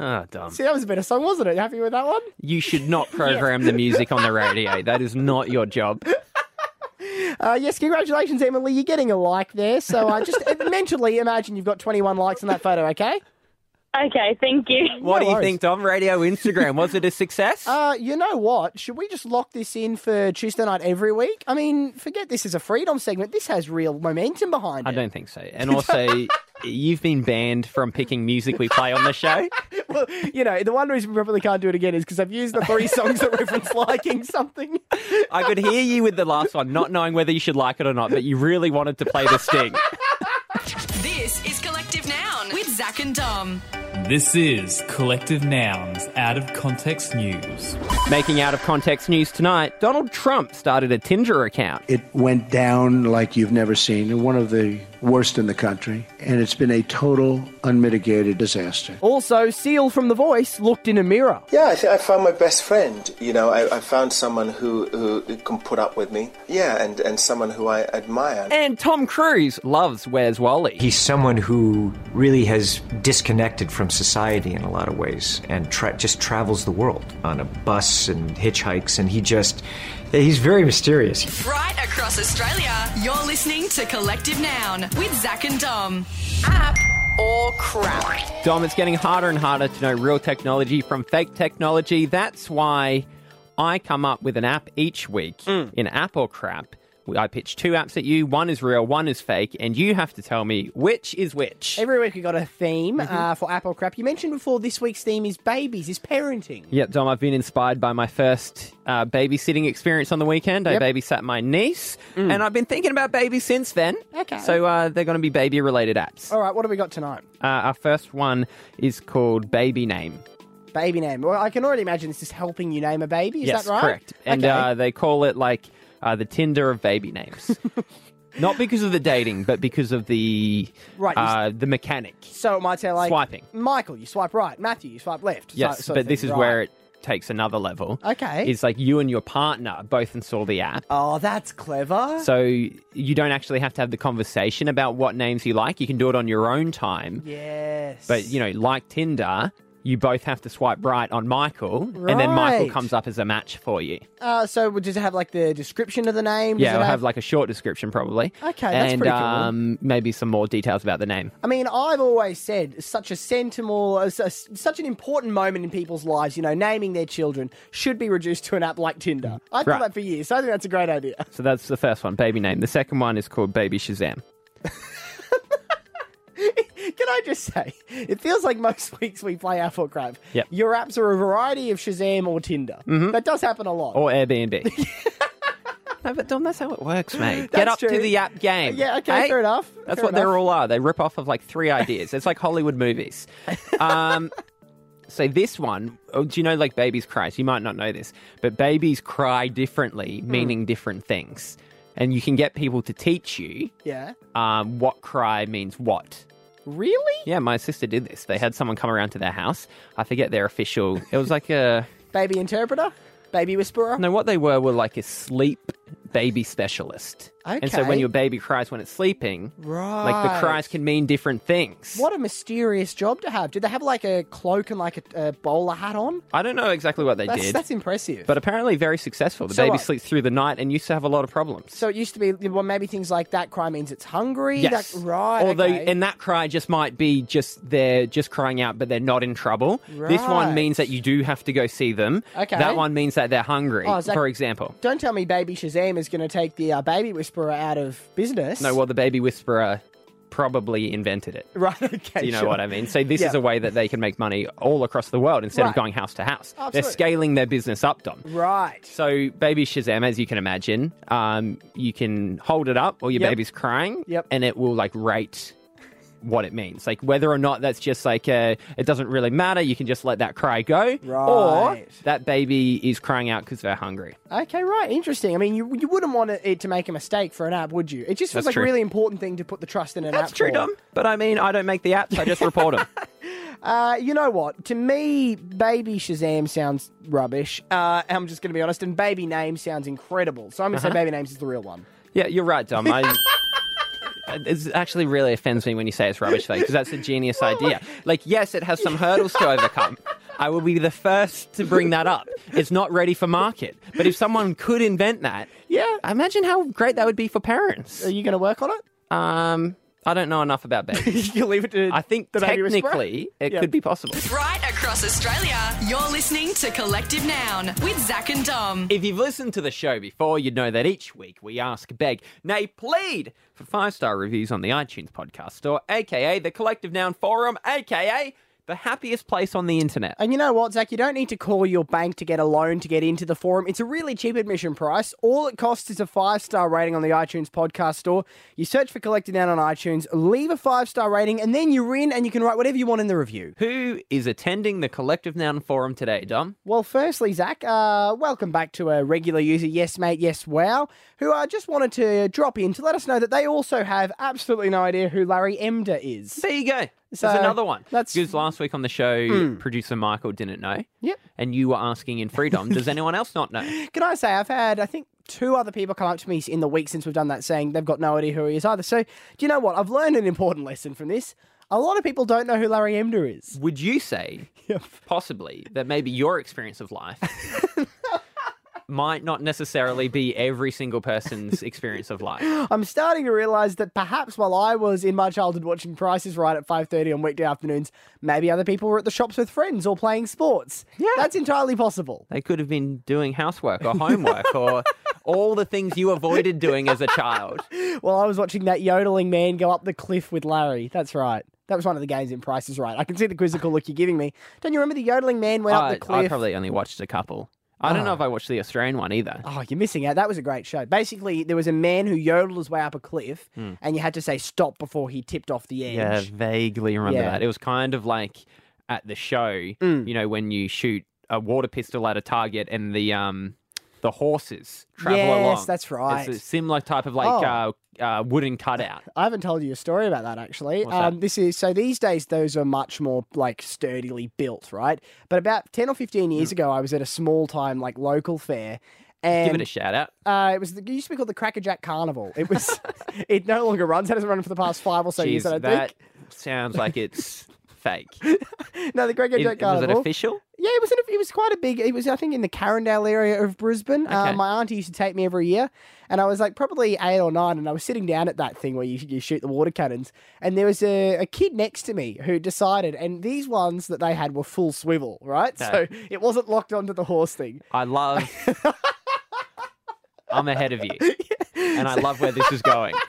[SPEAKER 4] Ah, Dom.
[SPEAKER 3] See, that was a better song, wasn't it? Happy with that one?
[SPEAKER 4] You
[SPEAKER 3] [laughs]
[SPEAKER 4] should not program the music on the radio. That is not your job.
[SPEAKER 3] Uh, yes, congratulations, Emily. You're getting a like there. So uh, just [laughs] mentally imagine you've got 21 likes on that photo, okay?
[SPEAKER 11] Okay, thank you.
[SPEAKER 4] What do you think, Dom? Radio Instagram, was it a success?
[SPEAKER 3] Uh, you know what? Should we just lock this in for Tuesday night every week? I mean, forget this is a freedom segment. This has real momentum behind
[SPEAKER 4] I
[SPEAKER 3] it.
[SPEAKER 4] don't think so.
[SPEAKER 3] [laughs]
[SPEAKER 4] And also, you've been banned from picking music we play on
[SPEAKER 3] [laughs]
[SPEAKER 4] the show.
[SPEAKER 3] well, you know, the one reason we probably can't do it again is because I've used the
[SPEAKER 4] [laughs]
[SPEAKER 3] three songs that reference liking something.
[SPEAKER 4] I could hear you with the last one, not knowing whether you should like it or not, but you really wanted to play the sting.
[SPEAKER 2] This is Collective Noun with Zach and Dom.
[SPEAKER 12] This is Collective Nouns Out of Context News.
[SPEAKER 4] Making out of context news tonight, Donald Trump started a Tinder account.
[SPEAKER 13] It went down like you've never seen, one of the worst in the country, and it's been a total unmitigated disaster.
[SPEAKER 3] Also, Seal from The Voice looked in a mirror.
[SPEAKER 14] Yeah, I, th- I found my best friend. You know, I, I found someone who, who can put up with me. Yeah, and, and someone who I admire.
[SPEAKER 4] And Tom Cruise loves Where's Wally.
[SPEAKER 15] He's someone who really has disconnected from society in a lot of ways and tra- just travels the world on a bus and hitchhikes, and he just, he's very mysterious.
[SPEAKER 2] Right across Australia, you're listening to Collective Noun with Zach and Dom. App or crap?
[SPEAKER 4] Dom, it's getting harder and harder to know real technology from fake technology. That's why I come up with an app each week
[SPEAKER 3] Hmm.
[SPEAKER 4] in App or Crap. I pitch two apps at you. One is real, one is fake, and you have to tell me which is which.
[SPEAKER 3] Every week we got a theme
[SPEAKER 4] Mm-hmm.
[SPEAKER 3] uh, for Apple Crap. You mentioned before this week's theme is babies, is parenting.
[SPEAKER 4] Yeah, Dom, I've been inspired by my first uh, babysitting experience on the weekend.
[SPEAKER 3] Yep. Hmm.
[SPEAKER 4] I babysat my niece, and I've been thinking about babies since then.
[SPEAKER 3] Okay. Oh.
[SPEAKER 4] So uh, they're going to be baby related apps.
[SPEAKER 3] All right, what have we got tonight?
[SPEAKER 4] Uh, our first one is called Baby Name.
[SPEAKER 3] Baby name. Well, I can already imagine this is helping you name a baby. Is
[SPEAKER 4] yes,
[SPEAKER 3] that right?
[SPEAKER 4] correct. And
[SPEAKER 3] okay.
[SPEAKER 4] uh, they call it like uh, the Tinder of
[SPEAKER 3] [laughs]
[SPEAKER 4] baby names. Not because of the dating, but because of the
[SPEAKER 3] Right, you
[SPEAKER 4] uh, the mechanic.
[SPEAKER 3] so it might say like
[SPEAKER 4] swiping.
[SPEAKER 3] Michael, you swipe right. Matthew, you swipe left. So-
[SPEAKER 4] Yes,
[SPEAKER 3] sort of
[SPEAKER 4] but this
[SPEAKER 3] thing,
[SPEAKER 4] is
[SPEAKER 3] right.
[SPEAKER 4] where it takes another level.
[SPEAKER 3] Okay.
[SPEAKER 4] It's like you and your partner both install the app.
[SPEAKER 3] Oh, that's clever.
[SPEAKER 4] So you don't actually have to have the conversation about what names you like. You can do it on your own time.
[SPEAKER 3] yes.
[SPEAKER 4] But you know, like Tinder, you both have to swipe right on Michael, and then Michael
[SPEAKER 3] Right.
[SPEAKER 4] comes up as a match for you.
[SPEAKER 3] Uh, so does it have like the description of the name?
[SPEAKER 4] yeah,
[SPEAKER 3] does it
[SPEAKER 4] it'll have like a short description probably.
[SPEAKER 3] Okay, that's
[SPEAKER 4] and,
[SPEAKER 3] pretty cool.
[SPEAKER 4] um, maybe some more details about the name.
[SPEAKER 3] I mean, I've always said such a sentinel, uh, su- such an important moment in people's lives, you know, naming their children should be reduced to an app like Tinder. I've
[SPEAKER 4] Right.
[SPEAKER 3] thought that for years, so I think that's a great idea. [laughs]
[SPEAKER 4] So that's the first one, baby name. The second one is called Baby Shazam.
[SPEAKER 3] Can I just say, it feels like most [laughs] weeks we play App or Crap.
[SPEAKER 4] Yep. Mm-hmm.
[SPEAKER 3] Your apps are a variety of Shazam or Tinder. That does happen a lot. [laughs]
[SPEAKER 4] Or Airbnb. no, but Dom, that's how it works, mate. Get
[SPEAKER 3] That's
[SPEAKER 4] up to
[SPEAKER 3] true.
[SPEAKER 4] the app game.
[SPEAKER 3] Yeah, okay,
[SPEAKER 4] eh?
[SPEAKER 3] fair enough.
[SPEAKER 4] That's
[SPEAKER 3] Fair
[SPEAKER 4] what they
[SPEAKER 3] enough.
[SPEAKER 4] all are. They rip off of like three ideas. It's like
[SPEAKER 3] [laughs]
[SPEAKER 4] Hollywood movies. Um, so this one, oh, do you know like babies cry? So you might not know this, but babies cry differently,
[SPEAKER 3] Hmm.
[SPEAKER 4] meaning different things, and you can get people to teach you
[SPEAKER 3] Yeah.
[SPEAKER 4] um, what cry means what.
[SPEAKER 3] Really?
[SPEAKER 4] Yeah, my sister did this. They had someone come around to their house. I forget their official. It was like a
[SPEAKER 3] Baby interpreter? Baby whisperer?
[SPEAKER 4] no. What they were were like a sleep baby specialist. And so when
[SPEAKER 3] Okay.
[SPEAKER 4] your baby cries when it's sleeping, like the
[SPEAKER 3] Right.
[SPEAKER 4] cries can mean different things.
[SPEAKER 3] What a mysterious job to have. Did they have like a cloak and like a, a bowler hat on?
[SPEAKER 4] I don't know exactly what they
[SPEAKER 3] that's,
[SPEAKER 4] did,
[SPEAKER 3] that's impressive.
[SPEAKER 4] but apparently very successful. The
[SPEAKER 3] So
[SPEAKER 4] baby
[SPEAKER 3] what?
[SPEAKER 4] sleeps through the night and used to have a lot of problems.
[SPEAKER 3] So it used to be well, maybe things like that cry means it's hungry.
[SPEAKER 4] Yes.
[SPEAKER 3] That, right.
[SPEAKER 4] Although,
[SPEAKER 3] okay.
[SPEAKER 4] and that cry just might be just they're just crying out, but they're not in trouble. This
[SPEAKER 3] Right.
[SPEAKER 4] one means that you do have to go see them.
[SPEAKER 3] Okay.
[SPEAKER 4] That one means that they're hungry,
[SPEAKER 3] Oh, is that-
[SPEAKER 4] for example.
[SPEAKER 3] don't tell me Baby Shazam is going to take the uh, Baby Whisperer out of business.
[SPEAKER 4] No, well, the baby whisperer probably invented it.
[SPEAKER 3] [laughs] Right. Okay.
[SPEAKER 4] Do you know
[SPEAKER 3] sure.
[SPEAKER 4] what I mean? So this
[SPEAKER 3] Yeah.
[SPEAKER 4] is a way that they can make money all across the world instead
[SPEAKER 3] Right.
[SPEAKER 4] of going house to house.
[SPEAKER 3] Absolutely.
[SPEAKER 4] They're scaling their business up, Dom.
[SPEAKER 3] Right.
[SPEAKER 4] So baby Shazam, as you can imagine, um, you can hold it up while your
[SPEAKER 3] Yep.
[SPEAKER 4] baby's crying,
[SPEAKER 3] Yep.
[SPEAKER 4] and it will like rate what it means, like whether or not that's just like uh it doesn't really matter. You can just let that cry go, or
[SPEAKER 3] Right.
[SPEAKER 4] that baby is crying out because they're hungry.
[SPEAKER 3] Okay, right. Interesting. I mean, you, you wouldn't want it, it to make a mistake for an app, would you? It just feels
[SPEAKER 4] That's
[SPEAKER 3] like
[SPEAKER 4] true.
[SPEAKER 3] a really important thing to put the trust in an app.
[SPEAKER 4] That's true,
[SPEAKER 3] for.
[SPEAKER 4] Dom. But I mean, I don't make the apps; I just report them.
[SPEAKER 3] Uh, you know what? To me, Baby Shazam sounds rubbish. Uh, I'm just going to be honest. And Baby Name sounds incredible. So I'm going to
[SPEAKER 4] Uh-huh.
[SPEAKER 3] say Baby Names is the real one.
[SPEAKER 4] Yeah, you're right, Dom.
[SPEAKER 3] [laughs]
[SPEAKER 4] I, it actually really offends me when you say it's rubbish, though, because that's a genius idea. Like, yes, it has some hurdles to overcome. I will be the first to bring that up. It's not ready for market. But if someone could invent that, yeah, imagine how great that would be for parents. Are
[SPEAKER 3] you going to work on it? [laughs]
[SPEAKER 4] Um, I don't know enough about babies.
[SPEAKER 3] you leave it to.
[SPEAKER 4] I think
[SPEAKER 3] the baby whisperer?
[SPEAKER 4] technically it
[SPEAKER 3] Yeah.
[SPEAKER 4] could be possible.
[SPEAKER 2] Right across Australia, you're listening to Collective Noun with Zach and Dom.
[SPEAKER 4] If you've listened to the show before, you'd know that each week we ask, beg, nay, plead for five star reviews on the iTunes podcast store, aka the Collective Noun Forum, aka the happiest place on the internet.
[SPEAKER 3] And you know what, Zach? You don't need to call your bank to get a loan to get into the forum. It's a really cheap admission price. All it costs is a five star rating on the iTunes podcast store. You search for Collected Down on iTunes, leave a five star rating, and then you're in and you can write whatever you want in the review.
[SPEAKER 4] Who is attending the Collective Noun Forum today, Dom?
[SPEAKER 3] Well, firstly, Zach, uh, welcome back to a regular user, Yes Mate, Yes Wow, who uh, just wanted to drop in to let us know that they also have absolutely no idea who Larry Emder is.
[SPEAKER 4] There you go.
[SPEAKER 3] So,
[SPEAKER 4] There's another one.
[SPEAKER 3] that's-
[SPEAKER 4] because last week on the show,
[SPEAKER 3] Mm.
[SPEAKER 4] producer Michael didn't know.
[SPEAKER 3] Yep.
[SPEAKER 4] And you were asking in Freedom,
[SPEAKER 3] [laughs]
[SPEAKER 4] does anyone else not know?
[SPEAKER 3] Can I say I've had I think two other people come up to me in the week since we've done that saying they've got no idea who he is either. So do you know what? I've learned an important lesson from this. A lot of people don't know who Larry Emder is.
[SPEAKER 4] Would you [laughs] say, possibly, that maybe your experience of [laughs] life might not necessarily be every single person's experience of life?
[SPEAKER 3] I'm starting to realise that perhaps while I was in my childhood watching Prices Right at 5:30 on weekday afternoons, maybe other people were at the shops with friends or playing sports. Yeah, that's entirely possible.
[SPEAKER 4] [gasps] They could have been doing housework or homework [laughs] or all the things you avoided doing as a child.
[SPEAKER 3] Well, I was watching that yodeling man go up the cliff with Larry. That's right. That was one of the games in Prices Right. I can see the quizzical look you're giving me. Don't you remember the yodeling man went up
[SPEAKER 4] I,
[SPEAKER 3] the cliff?
[SPEAKER 4] I probably only watched a couple. I don't know if I watched the Australian one either.
[SPEAKER 3] Oh, you're missing out. That was a great show. Basically, there was a man who yodeled his way up a cliff,
[SPEAKER 4] Hmm.
[SPEAKER 3] and you had to say stop before he tipped off the edge.
[SPEAKER 4] Yeah, vaguely remember
[SPEAKER 3] Yeah. Mm.
[SPEAKER 4] that. It was kind of like at the show, you know, when you shoot a water pistol at a target and the um the horses travel
[SPEAKER 3] Yes,
[SPEAKER 4] along.
[SPEAKER 3] that's right.
[SPEAKER 4] It's a similar type of like
[SPEAKER 3] Oh.
[SPEAKER 4] uh, uh, wooden cutout.
[SPEAKER 3] I haven't told you a story about that actually.
[SPEAKER 4] What's that?
[SPEAKER 3] Um, this is so these days those are much more like sturdily built, right? But about ten or fifteen years ago, I was at a small time like local fair, and
[SPEAKER 4] Hmm. Give it a shout out.
[SPEAKER 3] Uh, it was the, it used to be called the Crackerjack Carnival. It
[SPEAKER 4] [laughs]
[SPEAKER 3] was. it no longer runs. It hasn't run for the past five or so
[SPEAKER 4] Jeez,
[SPEAKER 3] years. I don't
[SPEAKER 4] that
[SPEAKER 3] think.
[SPEAKER 4] sounds
[SPEAKER 3] [laughs]
[SPEAKER 4] like it's fake.
[SPEAKER 3] No, the Crackerjack
[SPEAKER 4] Is- was
[SPEAKER 3] Carnival.
[SPEAKER 4] it official?
[SPEAKER 3] Yeah, it was in a, it was quite a big. It was I think in the Carindale area of Brisbane. Uh,
[SPEAKER 4] Okay.
[SPEAKER 3] my auntie used to take me every year, and I was like probably eight or nine, and I was sitting down at that thing where you, you shoot the water cannons, and there was a, a kid next to me who decided, and these ones that they had were full swivel, right? So
[SPEAKER 4] Okay.
[SPEAKER 3] it wasn't locked onto the horse thing. [laughs]
[SPEAKER 4] I love. I'm ahead of you, and I love where this is going.
[SPEAKER 3] [laughs]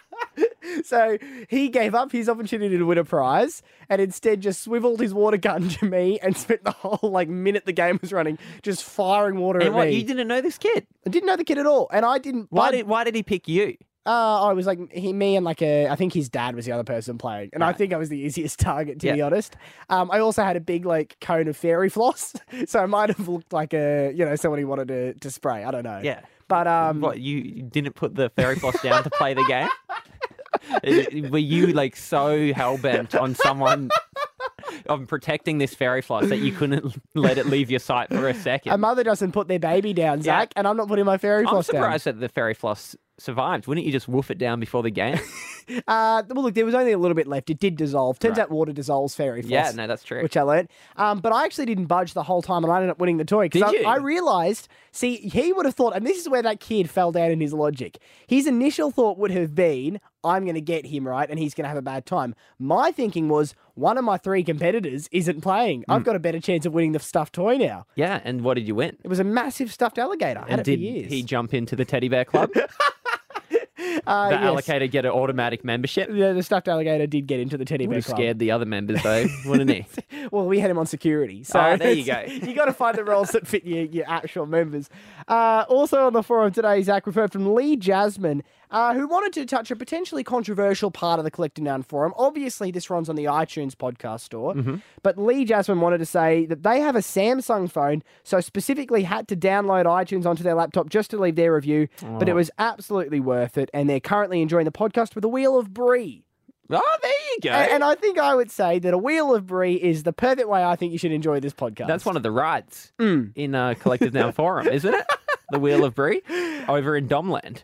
[SPEAKER 3] So he gave up his opportunity to win a prize and instead just swiveled his water gun to me and spent the whole like minute the game was running just firing water
[SPEAKER 4] And
[SPEAKER 3] at
[SPEAKER 4] what,
[SPEAKER 3] me.
[SPEAKER 4] you didn't know this kid?
[SPEAKER 3] I didn't know the kid at all, and I didn't.
[SPEAKER 4] Why
[SPEAKER 3] I-
[SPEAKER 4] did Why did he pick you?
[SPEAKER 3] Uh, I was like he, me and like a. I think his dad was the other person playing, and I think I was the easiest [laughs] target to be
[SPEAKER 4] Yeah.
[SPEAKER 3] honest. Um, I also had a big like cone of fairy floss, [laughs] so I might have looked like a you know someone who wanted to, to spray. I don't know.
[SPEAKER 4] Yeah.
[SPEAKER 3] But um,
[SPEAKER 4] What you you didn't put the fairy floss down to play the
[SPEAKER 3] [laughs]
[SPEAKER 4] game? Is- Were you like so hell bent on someone I'm protecting this fairy floss that you couldn't let it leave your sight for a
[SPEAKER 3] [laughs]
[SPEAKER 4] second.
[SPEAKER 3] A mother doesn't put their baby down, Zach, and I'm not putting my fairy
[SPEAKER 4] I'm
[SPEAKER 3] floss down.
[SPEAKER 4] surprised that the fairy floss survived. Wouldn't you just woof it down before
[SPEAKER 3] [laughs]
[SPEAKER 4] the game?
[SPEAKER 3] Uh, well, look, there was only a little bit left. It did dissolve. Turns out water dissolves fairy floss.
[SPEAKER 4] Yeah, no, that's true.
[SPEAKER 3] Which I learnt. Um, but I actually didn't budge the whole time, and I ended up winning the toy because
[SPEAKER 4] Did you?
[SPEAKER 3] I, I realized. See, he would have thought, and this is where that kid fell down in his logic. His initial thought would have been, "I'm going to get him right, and he's going to have a bad time." My thinking was, one of my three competitors isn't playing. I've
[SPEAKER 4] Hmm.
[SPEAKER 3] got a better chance of winning the stuffed toy now.
[SPEAKER 4] yeah, and what did you win?
[SPEAKER 3] It was a massive stuffed alligator. I had
[SPEAKER 4] And
[SPEAKER 3] it
[SPEAKER 4] did
[SPEAKER 3] for years.
[SPEAKER 4] he jump into the teddy bear
[SPEAKER 3] [laughs]
[SPEAKER 4] club?
[SPEAKER 3] Uh,
[SPEAKER 4] the
[SPEAKER 3] yes.
[SPEAKER 4] allocator get an automatic membership?
[SPEAKER 3] Yeah, the stuffed alligator did get into the teddy
[SPEAKER 4] Would
[SPEAKER 3] bear
[SPEAKER 4] have
[SPEAKER 3] club.
[SPEAKER 4] scared the other members though,
[SPEAKER 3] [laughs]
[SPEAKER 4] wouldn't he?
[SPEAKER 3] Well, we had him on security. So
[SPEAKER 4] Ah, there you
[SPEAKER 3] it's- [laughs] you got to find the roles that fit your, your actual members. Uh, also on the forum today, Zach, we've heard from Lee Jasmine, uh, who wanted to touch a potentially controversial part of the Collector Noun forum. Obviously, this runs on the iTunes podcast store.
[SPEAKER 4] Mm-hmm.
[SPEAKER 16] Mhm.
[SPEAKER 3] But Lee Jasmine wanted to say that they have a Samsung phone, so specifically had to download iTunes onto their laptop just to leave their review. But it
[SPEAKER 4] Oh.
[SPEAKER 3] was absolutely worth it, and they're currently enjoying the podcast with a wheel of brie.
[SPEAKER 4] Oh, there you go.
[SPEAKER 3] And, and I think I would say that a wheel of brie is the perfect way I think you should enjoy this podcast.
[SPEAKER 4] That's one of the rides
[SPEAKER 3] Mm.
[SPEAKER 4] in uh,
[SPEAKER 3] [laughs]
[SPEAKER 4] Collective Noun Forum, isn't it? The Wheel of Brie over in Domland.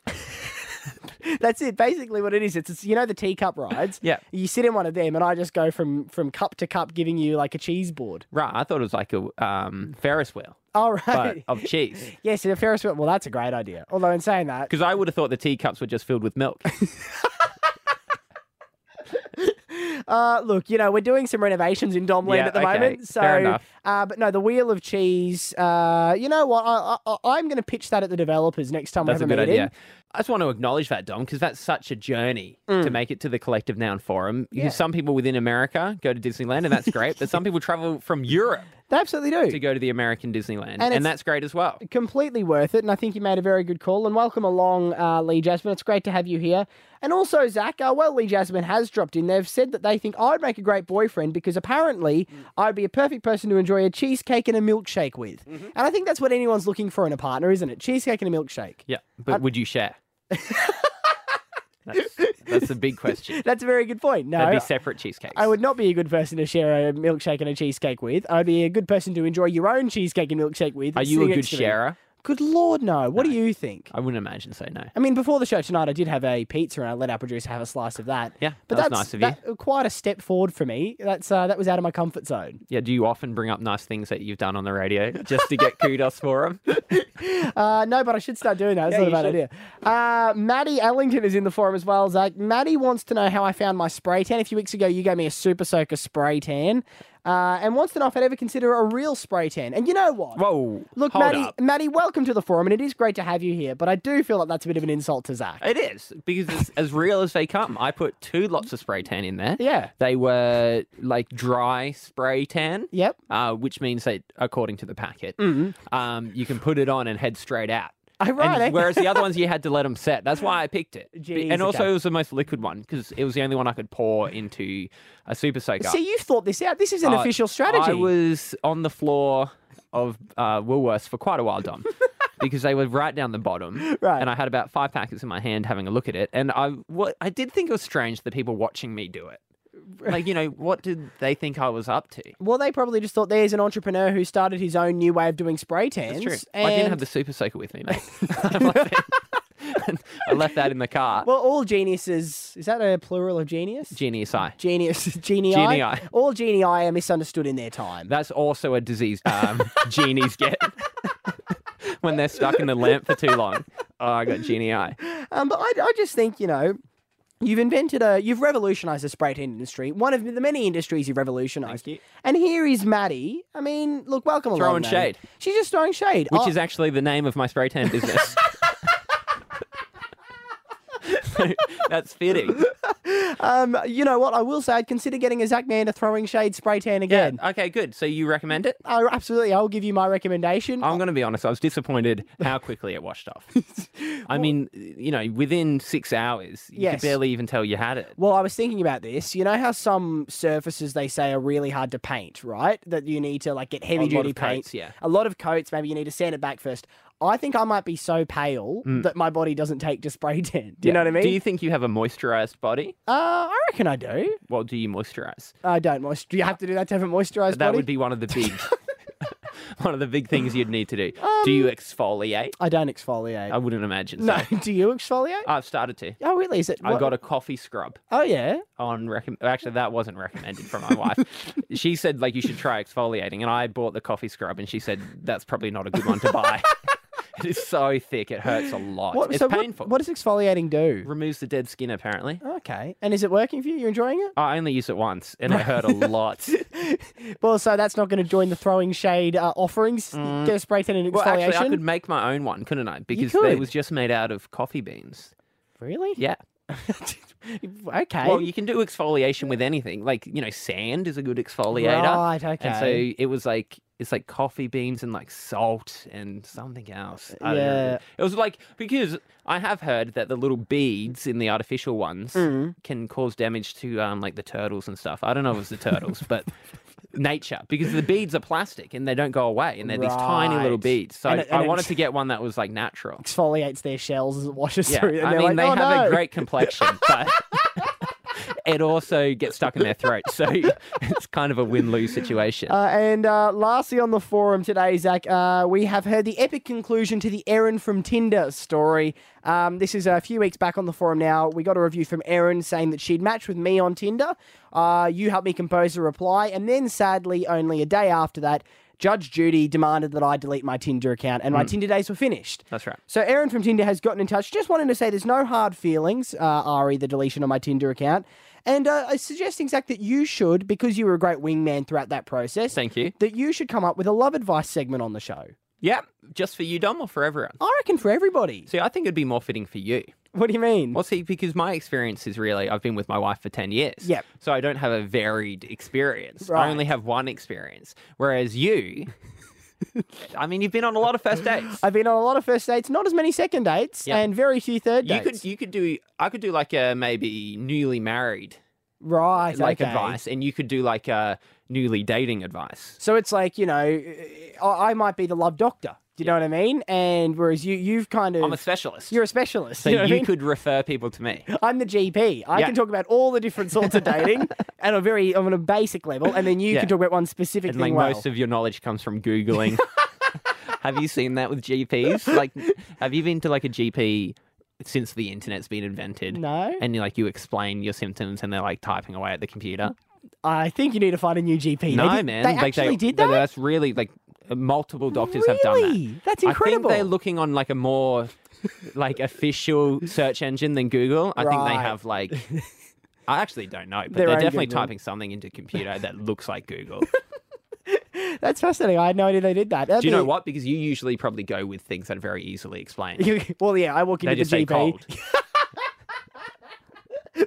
[SPEAKER 3] That's it. Basically, what it is, it's, it's you know the teacup rides.
[SPEAKER 4] [laughs] Yeah.
[SPEAKER 3] You sit in one of them, and I just go from from cup to cup, giving you like a cheese board.
[SPEAKER 4] Right, I thought it was like a um, Ferris wheel.
[SPEAKER 3] All [laughs]
[SPEAKER 4] But oh,
[SPEAKER 3] right.
[SPEAKER 4] of cheese.
[SPEAKER 3] Yes, in a Ferris wheel. Well, that's a great idea. Although in saying that,
[SPEAKER 4] Because I would have thought the teacups were just filled
[SPEAKER 3] [laughs]
[SPEAKER 4] with milk.
[SPEAKER 3] uh, look, you know we're doing some renovations in Domland
[SPEAKER 4] Yeah,
[SPEAKER 3] at the
[SPEAKER 4] okay.
[SPEAKER 3] moment. So,
[SPEAKER 4] Fair enough.
[SPEAKER 3] Uh, but no, the wheel of cheese. Uh, you know what? I, I, I'm going to pitch that at the developers next time
[SPEAKER 4] That's
[SPEAKER 3] we
[SPEAKER 4] a
[SPEAKER 3] have a,
[SPEAKER 4] good
[SPEAKER 3] meeting.
[SPEAKER 4] idea. I just want to acknowledge that, Dom, because that's such a journey to
[SPEAKER 3] Mm.
[SPEAKER 4] make it to the Collective Noun Forum. Because
[SPEAKER 3] Yeah.
[SPEAKER 4] Some people within America go to Disneyland, and that's great. but some people travel from Europe.
[SPEAKER 3] They absolutely do.
[SPEAKER 4] To go to the American Disneyland.
[SPEAKER 3] And
[SPEAKER 4] And,
[SPEAKER 3] it's-
[SPEAKER 4] that's great as well.
[SPEAKER 3] completely worth it. And I think you made a very good call. And welcome along, uh, Lee Jasmine. It's great to have you here. And also, Zach, uh, well, Lee Jasmine has dropped in. They've said that they think I'd make a great boyfriend because apparently
[SPEAKER 4] Mm.
[SPEAKER 3] I'd be a perfect person to enjoy a cheesecake and a milkshake with.
[SPEAKER 4] Mm-hmm.
[SPEAKER 3] And I think that's what anyone's looking for in a partner, isn't it? Cheesecake and a milkshake.
[SPEAKER 4] Yeah. But would you
[SPEAKER 3] [laughs]
[SPEAKER 4] share? that's, that's a big question.
[SPEAKER 3] That's a very good point. No,
[SPEAKER 4] That'd be separate cheesecakes.
[SPEAKER 3] I would not be a good person to share a milkshake and a cheesecake with. I'd be a good person to enjoy your own cheesecake and milkshake with.
[SPEAKER 4] Are you a
[SPEAKER 3] sitting
[SPEAKER 4] good
[SPEAKER 3] next to me.
[SPEAKER 4] sharer?
[SPEAKER 3] Good lord, no. What do you think?
[SPEAKER 4] I wouldn't imagine so, no.
[SPEAKER 3] I mean, before the show tonight, I did have a pizza and I let our producer have a slice of that.
[SPEAKER 4] Yeah,
[SPEAKER 3] but
[SPEAKER 4] that was
[SPEAKER 3] that's
[SPEAKER 4] nice of
[SPEAKER 3] that- quite a step forward for me. That's uh, that was out of my comfort zone.
[SPEAKER 4] Yeah, do you often bring up nice things that you've done on the radio just to get kudos for them?
[SPEAKER 3] Uh, no, but I should start doing that. That's
[SPEAKER 4] Yeah,
[SPEAKER 3] not a bad
[SPEAKER 4] you
[SPEAKER 3] idea. Uh, Maddie Ellington is in the forum as well, Zach. Maddie wants to know how I found my spray tan. A few weeks ago, you gave me a Super Soaker spray tan, uh, and wants to know if I'd ever consider a real spray tan. And you know what?
[SPEAKER 4] [laughs] Whoa.
[SPEAKER 3] Look,
[SPEAKER 4] hold
[SPEAKER 3] Maddie,
[SPEAKER 4] up.
[SPEAKER 3] Maddie, welcome to the forum, and it is great to have you here. But I do feel like that's a bit of an insult to Zach.
[SPEAKER 4] It is because it's as real as they come. I put two lots of spray tan in there.
[SPEAKER 3] Yeah.
[SPEAKER 4] They were like dry spray tan.
[SPEAKER 3] Yep.
[SPEAKER 4] Uh, which means that, according to the packet,
[SPEAKER 3] Mhm.
[SPEAKER 4] um, you can put it on and head straight out.
[SPEAKER 3] Oh, right,
[SPEAKER 4] And
[SPEAKER 3] eh?
[SPEAKER 4] whereas the other ones [laughs] you had to let them set. That's why I picked it.
[SPEAKER 3] Jeez,
[SPEAKER 4] and also,
[SPEAKER 3] okay.
[SPEAKER 4] it was the most liquid one because it was the only one I could pour into a super soaker.
[SPEAKER 3] See, you've thought this out. This is an
[SPEAKER 4] Uh,
[SPEAKER 3] official strategy.
[SPEAKER 4] I was on the floor of uh, Woolworths for quite a
[SPEAKER 3] [laughs]
[SPEAKER 4] while, Dom, because they were right down the bottom.
[SPEAKER 3] Right.
[SPEAKER 4] And I had about five packets in my hand having a look at it. And I, what, I did think it was strange the people watching me do it.
[SPEAKER 3] [laughs]
[SPEAKER 4] Like, you know, what did they think I was up to?
[SPEAKER 3] Well, they probably just thought there's an entrepreneur who started his own new way of doing spray tans.
[SPEAKER 4] That's true.
[SPEAKER 3] And,
[SPEAKER 4] I didn't have the super soaker with me,
[SPEAKER 3] [laughs]
[SPEAKER 4] mate. [laughs] I left that in the car.
[SPEAKER 3] Well, all geniuses. Is that a plural of genius?
[SPEAKER 4] Genius eye.
[SPEAKER 3] Genius, [laughs] genii.
[SPEAKER 4] Genii.
[SPEAKER 3] All genii are misunderstood in their time.
[SPEAKER 4] That's also a disease um, [laughs]
[SPEAKER 3] [laughs]
[SPEAKER 4] genies get when they're stuck in the lamp for too long. Oh, I got genie eye.
[SPEAKER 3] Um, but I, I just think you know. You've invented a, you've revolutionised the spray tan industry, one of the many industries you've revolutionised. And here is Maddie. I mean, look, welcome along.
[SPEAKER 4] Throwing
[SPEAKER 3] Maddie.
[SPEAKER 4] shade.
[SPEAKER 3] She's just throwing shade, Uh,
[SPEAKER 4] which
[SPEAKER 3] I-
[SPEAKER 4] is actually the name of my spray
[SPEAKER 3] [laughs]
[SPEAKER 4] tan business. [laughs] That's fitting.
[SPEAKER 3] um, you know what? I will say, I'd consider getting a Zach Mander throwing shade spray tan again.
[SPEAKER 4] Okay, good. So you recommend it?
[SPEAKER 3] Oh, absolutely. I'll give you my recommendation.
[SPEAKER 4] I'm going to be honest. I was disappointed how quickly it washed
[SPEAKER 3] [laughs]
[SPEAKER 4] off. I mean, you know, within six hours, you
[SPEAKER 3] Yes.
[SPEAKER 4] could barely even tell you had it.
[SPEAKER 3] Well, I was thinking about this. You know how some surfaces they say are really hard to paint, right? That you need to like get
[SPEAKER 4] A
[SPEAKER 3] heavy
[SPEAKER 4] lot
[SPEAKER 3] duty
[SPEAKER 4] of
[SPEAKER 3] paint.
[SPEAKER 4] coats, yeah.
[SPEAKER 3] A lot of coats, maybe you need to sand it back first. I think I might be so pale
[SPEAKER 4] Mm.
[SPEAKER 3] that my body doesn't take to spray [laughs] tan. Do you know what I mean?
[SPEAKER 4] Do you think you have a moisturized body?
[SPEAKER 3] uh, I reckon I do.
[SPEAKER 4] Well, do you moisturize?
[SPEAKER 3] I don't moisturize. You have to do that to have a moisturized
[SPEAKER 4] That
[SPEAKER 3] body.
[SPEAKER 4] would be one of
[SPEAKER 3] [laughs]
[SPEAKER 4] the big, [laughs] one of the big things you'd need to do.
[SPEAKER 3] Um,
[SPEAKER 4] do you exfoliate?
[SPEAKER 3] I don't exfoliate.
[SPEAKER 4] I wouldn't
[SPEAKER 3] [laughs]
[SPEAKER 4] imagine.
[SPEAKER 3] no,
[SPEAKER 4] so.
[SPEAKER 3] do you exfoliate?
[SPEAKER 4] I've started to.
[SPEAKER 3] Oh, really? Is it?
[SPEAKER 4] I
[SPEAKER 3] what-
[SPEAKER 4] got a coffee scrub.
[SPEAKER 3] Oh yeah.
[SPEAKER 4] on recomm actually that wasn't recommended from my [laughs] wife she said like you should try exfoliating and i bought the coffee scrub and she said that's probably not a good one to [laughs] buy it is so thick it hurts a lot
[SPEAKER 3] What,
[SPEAKER 4] it's
[SPEAKER 3] so what-
[SPEAKER 4] painful
[SPEAKER 3] what does exfoliating do?
[SPEAKER 4] removes the dead skin apparently
[SPEAKER 3] Okay. And is it working for you? You're enjoying it?
[SPEAKER 4] i only used it once and it hurt a [laughs] lot
[SPEAKER 3] Well, so that's not going to join the throwing shade uh, offerings.
[SPEAKER 4] Mm.
[SPEAKER 3] Get a spray tan and exfoliation.
[SPEAKER 4] well actually i could make my own one couldn't i because
[SPEAKER 3] could.
[SPEAKER 4] it was just made out of coffee beans
[SPEAKER 3] Really?
[SPEAKER 4] yeah
[SPEAKER 3] [laughs] Okay.
[SPEAKER 4] Well, you can do exfoliation with anything. Like, you know, sand is a good exfoliator.
[SPEAKER 3] Right,
[SPEAKER 4] And
[SPEAKER 3] okay.
[SPEAKER 4] so it was like it's like coffee beans and like salt and something else. I don't know.
[SPEAKER 3] Yeah.
[SPEAKER 4] It was like because I have heard that the little beads in the artificial ones
[SPEAKER 3] Mm.
[SPEAKER 4] can cause damage to um like the turtles and stuff. I don't know if it was
[SPEAKER 3] [laughs]
[SPEAKER 4] the turtles, but nature because the beads are plastic and they don't go away and they're these tiny little
[SPEAKER 3] Right.
[SPEAKER 4] beads. So
[SPEAKER 3] And it- and
[SPEAKER 4] I
[SPEAKER 3] it-
[SPEAKER 4] wanted to get one that was like natural.
[SPEAKER 3] exfoliates their shells as it washes
[SPEAKER 4] [laughs] Yeah,
[SPEAKER 3] through. And
[SPEAKER 4] I
[SPEAKER 3] they're
[SPEAKER 4] mean
[SPEAKER 3] like,
[SPEAKER 4] they
[SPEAKER 3] "Oh,
[SPEAKER 4] have
[SPEAKER 3] no."
[SPEAKER 4] a
[SPEAKER 3] [laughs]
[SPEAKER 4] great complexion, but it also gets stuck in their throat. So [laughs] it's kind of a win-lose situation.
[SPEAKER 3] Uh, and uh, lastly on the forum today, Zach, uh, we have heard the epic conclusion to the Erin from Tinder story. Um, this is a few weeks back on the forum now. We got a review from Erin saying that she'd matched with me on Tinder. Uh, you helped me compose a reply. And then, sadly, only a day after that, Judge Judy demanded that I delete my Tinder account, and my
[SPEAKER 4] Mm.
[SPEAKER 3] Tinder days were finished.
[SPEAKER 4] That's right.
[SPEAKER 3] So Aaron from Tinder has gotten in touch. Just wanted to say there's no hard feelings, uh, Ari, the deletion of my Tinder account. And uh, I suggesting, Zach, that you should, because you were a great wingman throughout that process.
[SPEAKER 4] Thank you.
[SPEAKER 3] That you should come up with a love advice segment on the show.
[SPEAKER 4] Yeah, just for you, Dom, or for everyone?
[SPEAKER 3] I reckon for everybody.
[SPEAKER 4] See, I think it'd be more fitting for you.
[SPEAKER 3] What do you mean?
[SPEAKER 4] Well, see, because my experience is really I've been with my wife for 10 years.
[SPEAKER 3] Yep.
[SPEAKER 4] So I don't have a varied experience.
[SPEAKER 3] Right.
[SPEAKER 4] I only have one experience. Whereas you, I mean, you've been on a lot of first dates.
[SPEAKER 3] I've been on a lot of first dates, not as many second dates,
[SPEAKER 4] Yeah.
[SPEAKER 3] and very few third
[SPEAKER 4] You
[SPEAKER 3] dates.
[SPEAKER 4] could you could do I could do like a maybe newly married
[SPEAKER 3] right,
[SPEAKER 4] like
[SPEAKER 3] okay.
[SPEAKER 4] advice and you could do like a newly dating advice.
[SPEAKER 3] So it's like you know, I I might be the love doctor. Do you know what I mean? And whereas you, you've kind of
[SPEAKER 4] I'm a specialist.
[SPEAKER 3] You're a specialist. [laughs]
[SPEAKER 4] So
[SPEAKER 3] you
[SPEAKER 4] you,
[SPEAKER 3] know what I mean?
[SPEAKER 4] could refer people
[SPEAKER 3] [laughs]
[SPEAKER 4] to me.
[SPEAKER 3] I'm the GP. I
[SPEAKER 4] Yeah.
[SPEAKER 3] can talk about all the different sorts of
[SPEAKER 4] [laughs]
[SPEAKER 3] dating at a very on a basic level, and then you
[SPEAKER 4] Yeah.
[SPEAKER 3] can talk about one specific
[SPEAKER 4] And like
[SPEAKER 3] thing. well.
[SPEAKER 4] most of your knowledge comes from
[SPEAKER 3] [laughs]
[SPEAKER 4] Googling. [laughs] have you seen that with GPs? Like, have you been to like a GP since the internet's been invented?
[SPEAKER 3] No.
[SPEAKER 4] And you like you explain your symptoms and they're like typing away at the computer.
[SPEAKER 3] I think you need to find a new GP.
[SPEAKER 4] no,
[SPEAKER 3] they did-
[SPEAKER 4] man.
[SPEAKER 3] They
[SPEAKER 4] like,
[SPEAKER 3] actually did
[SPEAKER 4] they-
[SPEAKER 3] that.
[SPEAKER 4] That's really like multiple doctors have done
[SPEAKER 3] Really?
[SPEAKER 4] that.
[SPEAKER 3] That's
[SPEAKER 4] I think
[SPEAKER 3] incredible.
[SPEAKER 4] they're looking on like a more like official search engine than Google. I think
[SPEAKER 3] Right.
[SPEAKER 4] they have like. I actually don't know, but
[SPEAKER 3] Their
[SPEAKER 4] they're
[SPEAKER 3] own
[SPEAKER 4] definitely
[SPEAKER 3] Google.
[SPEAKER 4] typing something into computer that looks like Google.
[SPEAKER 3] That's fascinating. [laughs] I had no idea they did that. That'd
[SPEAKER 4] Do you know
[SPEAKER 3] be-
[SPEAKER 4] what? Because you usually probably go with things that are very easily explained.
[SPEAKER 3] [laughs] well, yeah, I walk into
[SPEAKER 4] they just
[SPEAKER 3] the
[SPEAKER 4] say
[SPEAKER 3] GP.
[SPEAKER 4] cold.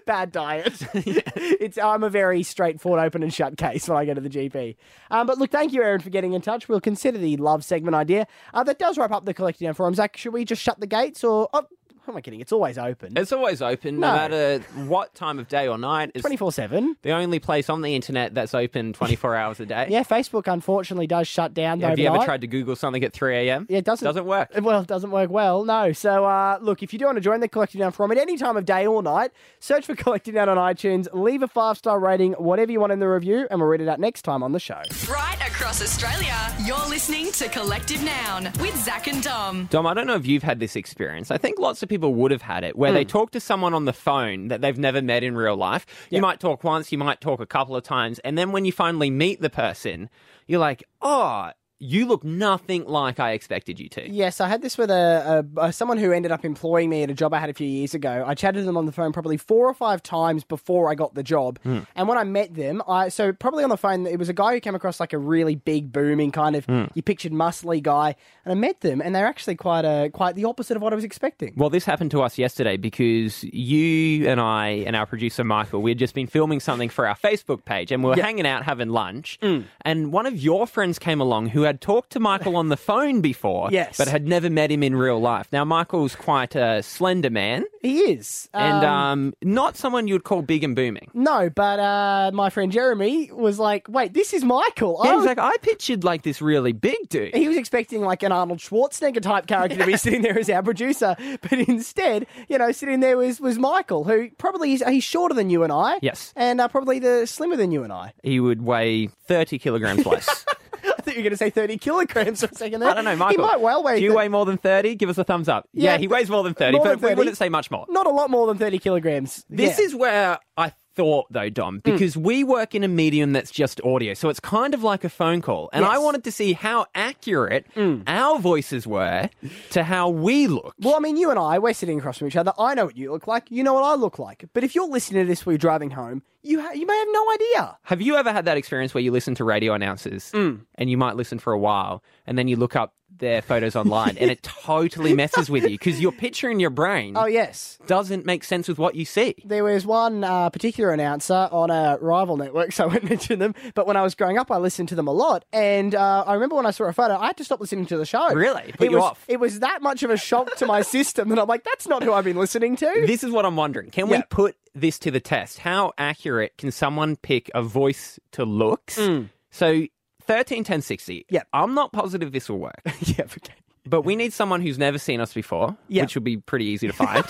[SPEAKER 3] Bad
[SPEAKER 4] [laughs]
[SPEAKER 3] diet. [laughs] it's I'm a very straightforward, open and shut case when I go to the GP. Um, but look, thank you, Aaron, for getting in touch. We'll consider the love segment idea. Uh, that does wrap up the collecting Down forum. Zach, should we just shut the gates or? Oh, how am I kidding? It's always open.
[SPEAKER 4] It's always open, no,
[SPEAKER 3] No.
[SPEAKER 4] matter what time of day or night. It's
[SPEAKER 3] 24 7.
[SPEAKER 4] the only place on the internet that's open 24 hours a day.
[SPEAKER 3] [laughs] Yeah, Facebook unfortunately does shut down.
[SPEAKER 4] Have you ever
[SPEAKER 3] overnight.
[SPEAKER 4] tried to Google something at 3 a.m.? Yeah,
[SPEAKER 3] it doesn't
[SPEAKER 4] Doesn't work.
[SPEAKER 3] [laughs] Well, it doesn't work well, no. So, uh, look, if you do want to join the Collective Down Forum at any time of day or night, search for Collective Down on iTunes, leave a five star rating, whatever you want in the review, and we'll read it out next time on the show.
[SPEAKER 2] Right across Australia, you're listening to Collective Noun with Zach and Dom.
[SPEAKER 4] Dom, I don't know if you've had this experience. I think lots of people would have had it, where they
[SPEAKER 2] Mm.
[SPEAKER 4] talk to someone on the phone that they've never met in real life. You might talk once, you might talk a couple of times, and then when you finally meet the person, you're like, oh, you look nothing like I expected you to.
[SPEAKER 3] Yes, I had this with a, a, a someone who ended up employing me at a job I had a few years ago. I chatted to them on the phone probably four or five times before I got the job.
[SPEAKER 4] Hmm.
[SPEAKER 3] And when I met them, I so probably on the phone it was a guy who came across like a really big booming kind of
[SPEAKER 4] Hmm.
[SPEAKER 3] you pictured muscly guy, and I met them and they're actually quite a quite the opposite of what I was expecting.
[SPEAKER 4] Well, this happened to us yesterday because you and I and our producer Michael, we'd just been filming something for our Facebook page and we were
[SPEAKER 3] Yeah. Mm.
[SPEAKER 4] hanging out having lunch. And one of your friends came along who had had talked to Michael on the phone before,
[SPEAKER 3] Yes.
[SPEAKER 4] but had never met him in real life. Now, Michael's quite a slender man.
[SPEAKER 3] He is. Um,
[SPEAKER 4] And um, not someone you'd call big and booming.
[SPEAKER 3] No, but uh, my friend Jeremy was like, "Wait, this is Michael." Oh,
[SPEAKER 4] Yeah,
[SPEAKER 3] I
[SPEAKER 4] he's
[SPEAKER 3] was-
[SPEAKER 4] like, I pictured like this really big dude.
[SPEAKER 3] He was expecting like an Arnold Schwarzenegger type character
[SPEAKER 4] [laughs]
[SPEAKER 3] to be sitting there as our producer, but instead, you know, sitting there was, was Michael, who probably is he's shorter than you and I.
[SPEAKER 4] Yes.
[SPEAKER 3] and uh, probably the slimmer than you and I.
[SPEAKER 4] He would weigh 30
[SPEAKER 3] [laughs]
[SPEAKER 4] kilograms less.
[SPEAKER 3] I thought you were going to say thirty kilograms for a second there.
[SPEAKER 4] I don't know, Michael.
[SPEAKER 3] He might well weigh.
[SPEAKER 4] Do you
[SPEAKER 3] th-
[SPEAKER 4] weigh more than 30? Give us a thumbs up. Yeah,
[SPEAKER 3] Yeah,
[SPEAKER 4] he weighs more than 30,
[SPEAKER 3] more
[SPEAKER 4] but
[SPEAKER 3] than 30.
[SPEAKER 4] we wouldn't say much more.
[SPEAKER 3] Not a lot more than thirty kilograms.
[SPEAKER 4] This
[SPEAKER 3] Yeah. Hmm.
[SPEAKER 4] is where I thought, though, Dom, because we work in a medium that's just audio. So it's kind of like a phone call. And I
[SPEAKER 3] Yes. Hmm.
[SPEAKER 4] wanted to see how accurate our voices were to how we look.
[SPEAKER 3] Well, I mean, you and I, we're sitting across from each other. I know what you look like. You know what I look like. But if you're listening to this while you're driving home, you ha- you may have no idea.
[SPEAKER 4] Have you ever had that experience where you listen to radio announcers
[SPEAKER 3] Hmm.
[SPEAKER 4] and you might listen for a while and then you look up their photos online
[SPEAKER 3] [laughs]
[SPEAKER 4] and it totally messes with you because your picture in your brain
[SPEAKER 3] Oh yes.
[SPEAKER 4] doesn't make sense with what you see?
[SPEAKER 3] There was one uh, particular announcer on a rival network, [laughs] so I won't mention them. But when I was growing up, I listened to them a lot, and uh, I remember when I saw a photo, I had to stop listening to the show.
[SPEAKER 4] Really? Put
[SPEAKER 3] it
[SPEAKER 4] you
[SPEAKER 3] was,
[SPEAKER 4] off.
[SPEAKER 3] It was that much of a shock to my system that I'm like, that's not who I've been listening
[SPEAKER 4] [laughs]
[SPEAKER 3] to.
[SPEAKER 4] This is what I'm wondering. Can we
[SPEAKER 3] Yeah.
[SPEAKER 4] put this to the test? How accurate can someone pick a voice to looks?
[SPEAKER 3] Mm.
[SPEAKER 4] So 13, 10, 60. Yeah. I'm not positive this will work.
[SPEAKER 3] [laughs] yeah, okay.
[SPEAKER 4] But we need someone who's never seen us before,
[SPEAKER 3] Yeah.
[SPEAKER 4] which will be
[SPEAKER 3] [laughs]
[SPEAKER 4] pretty easy to find.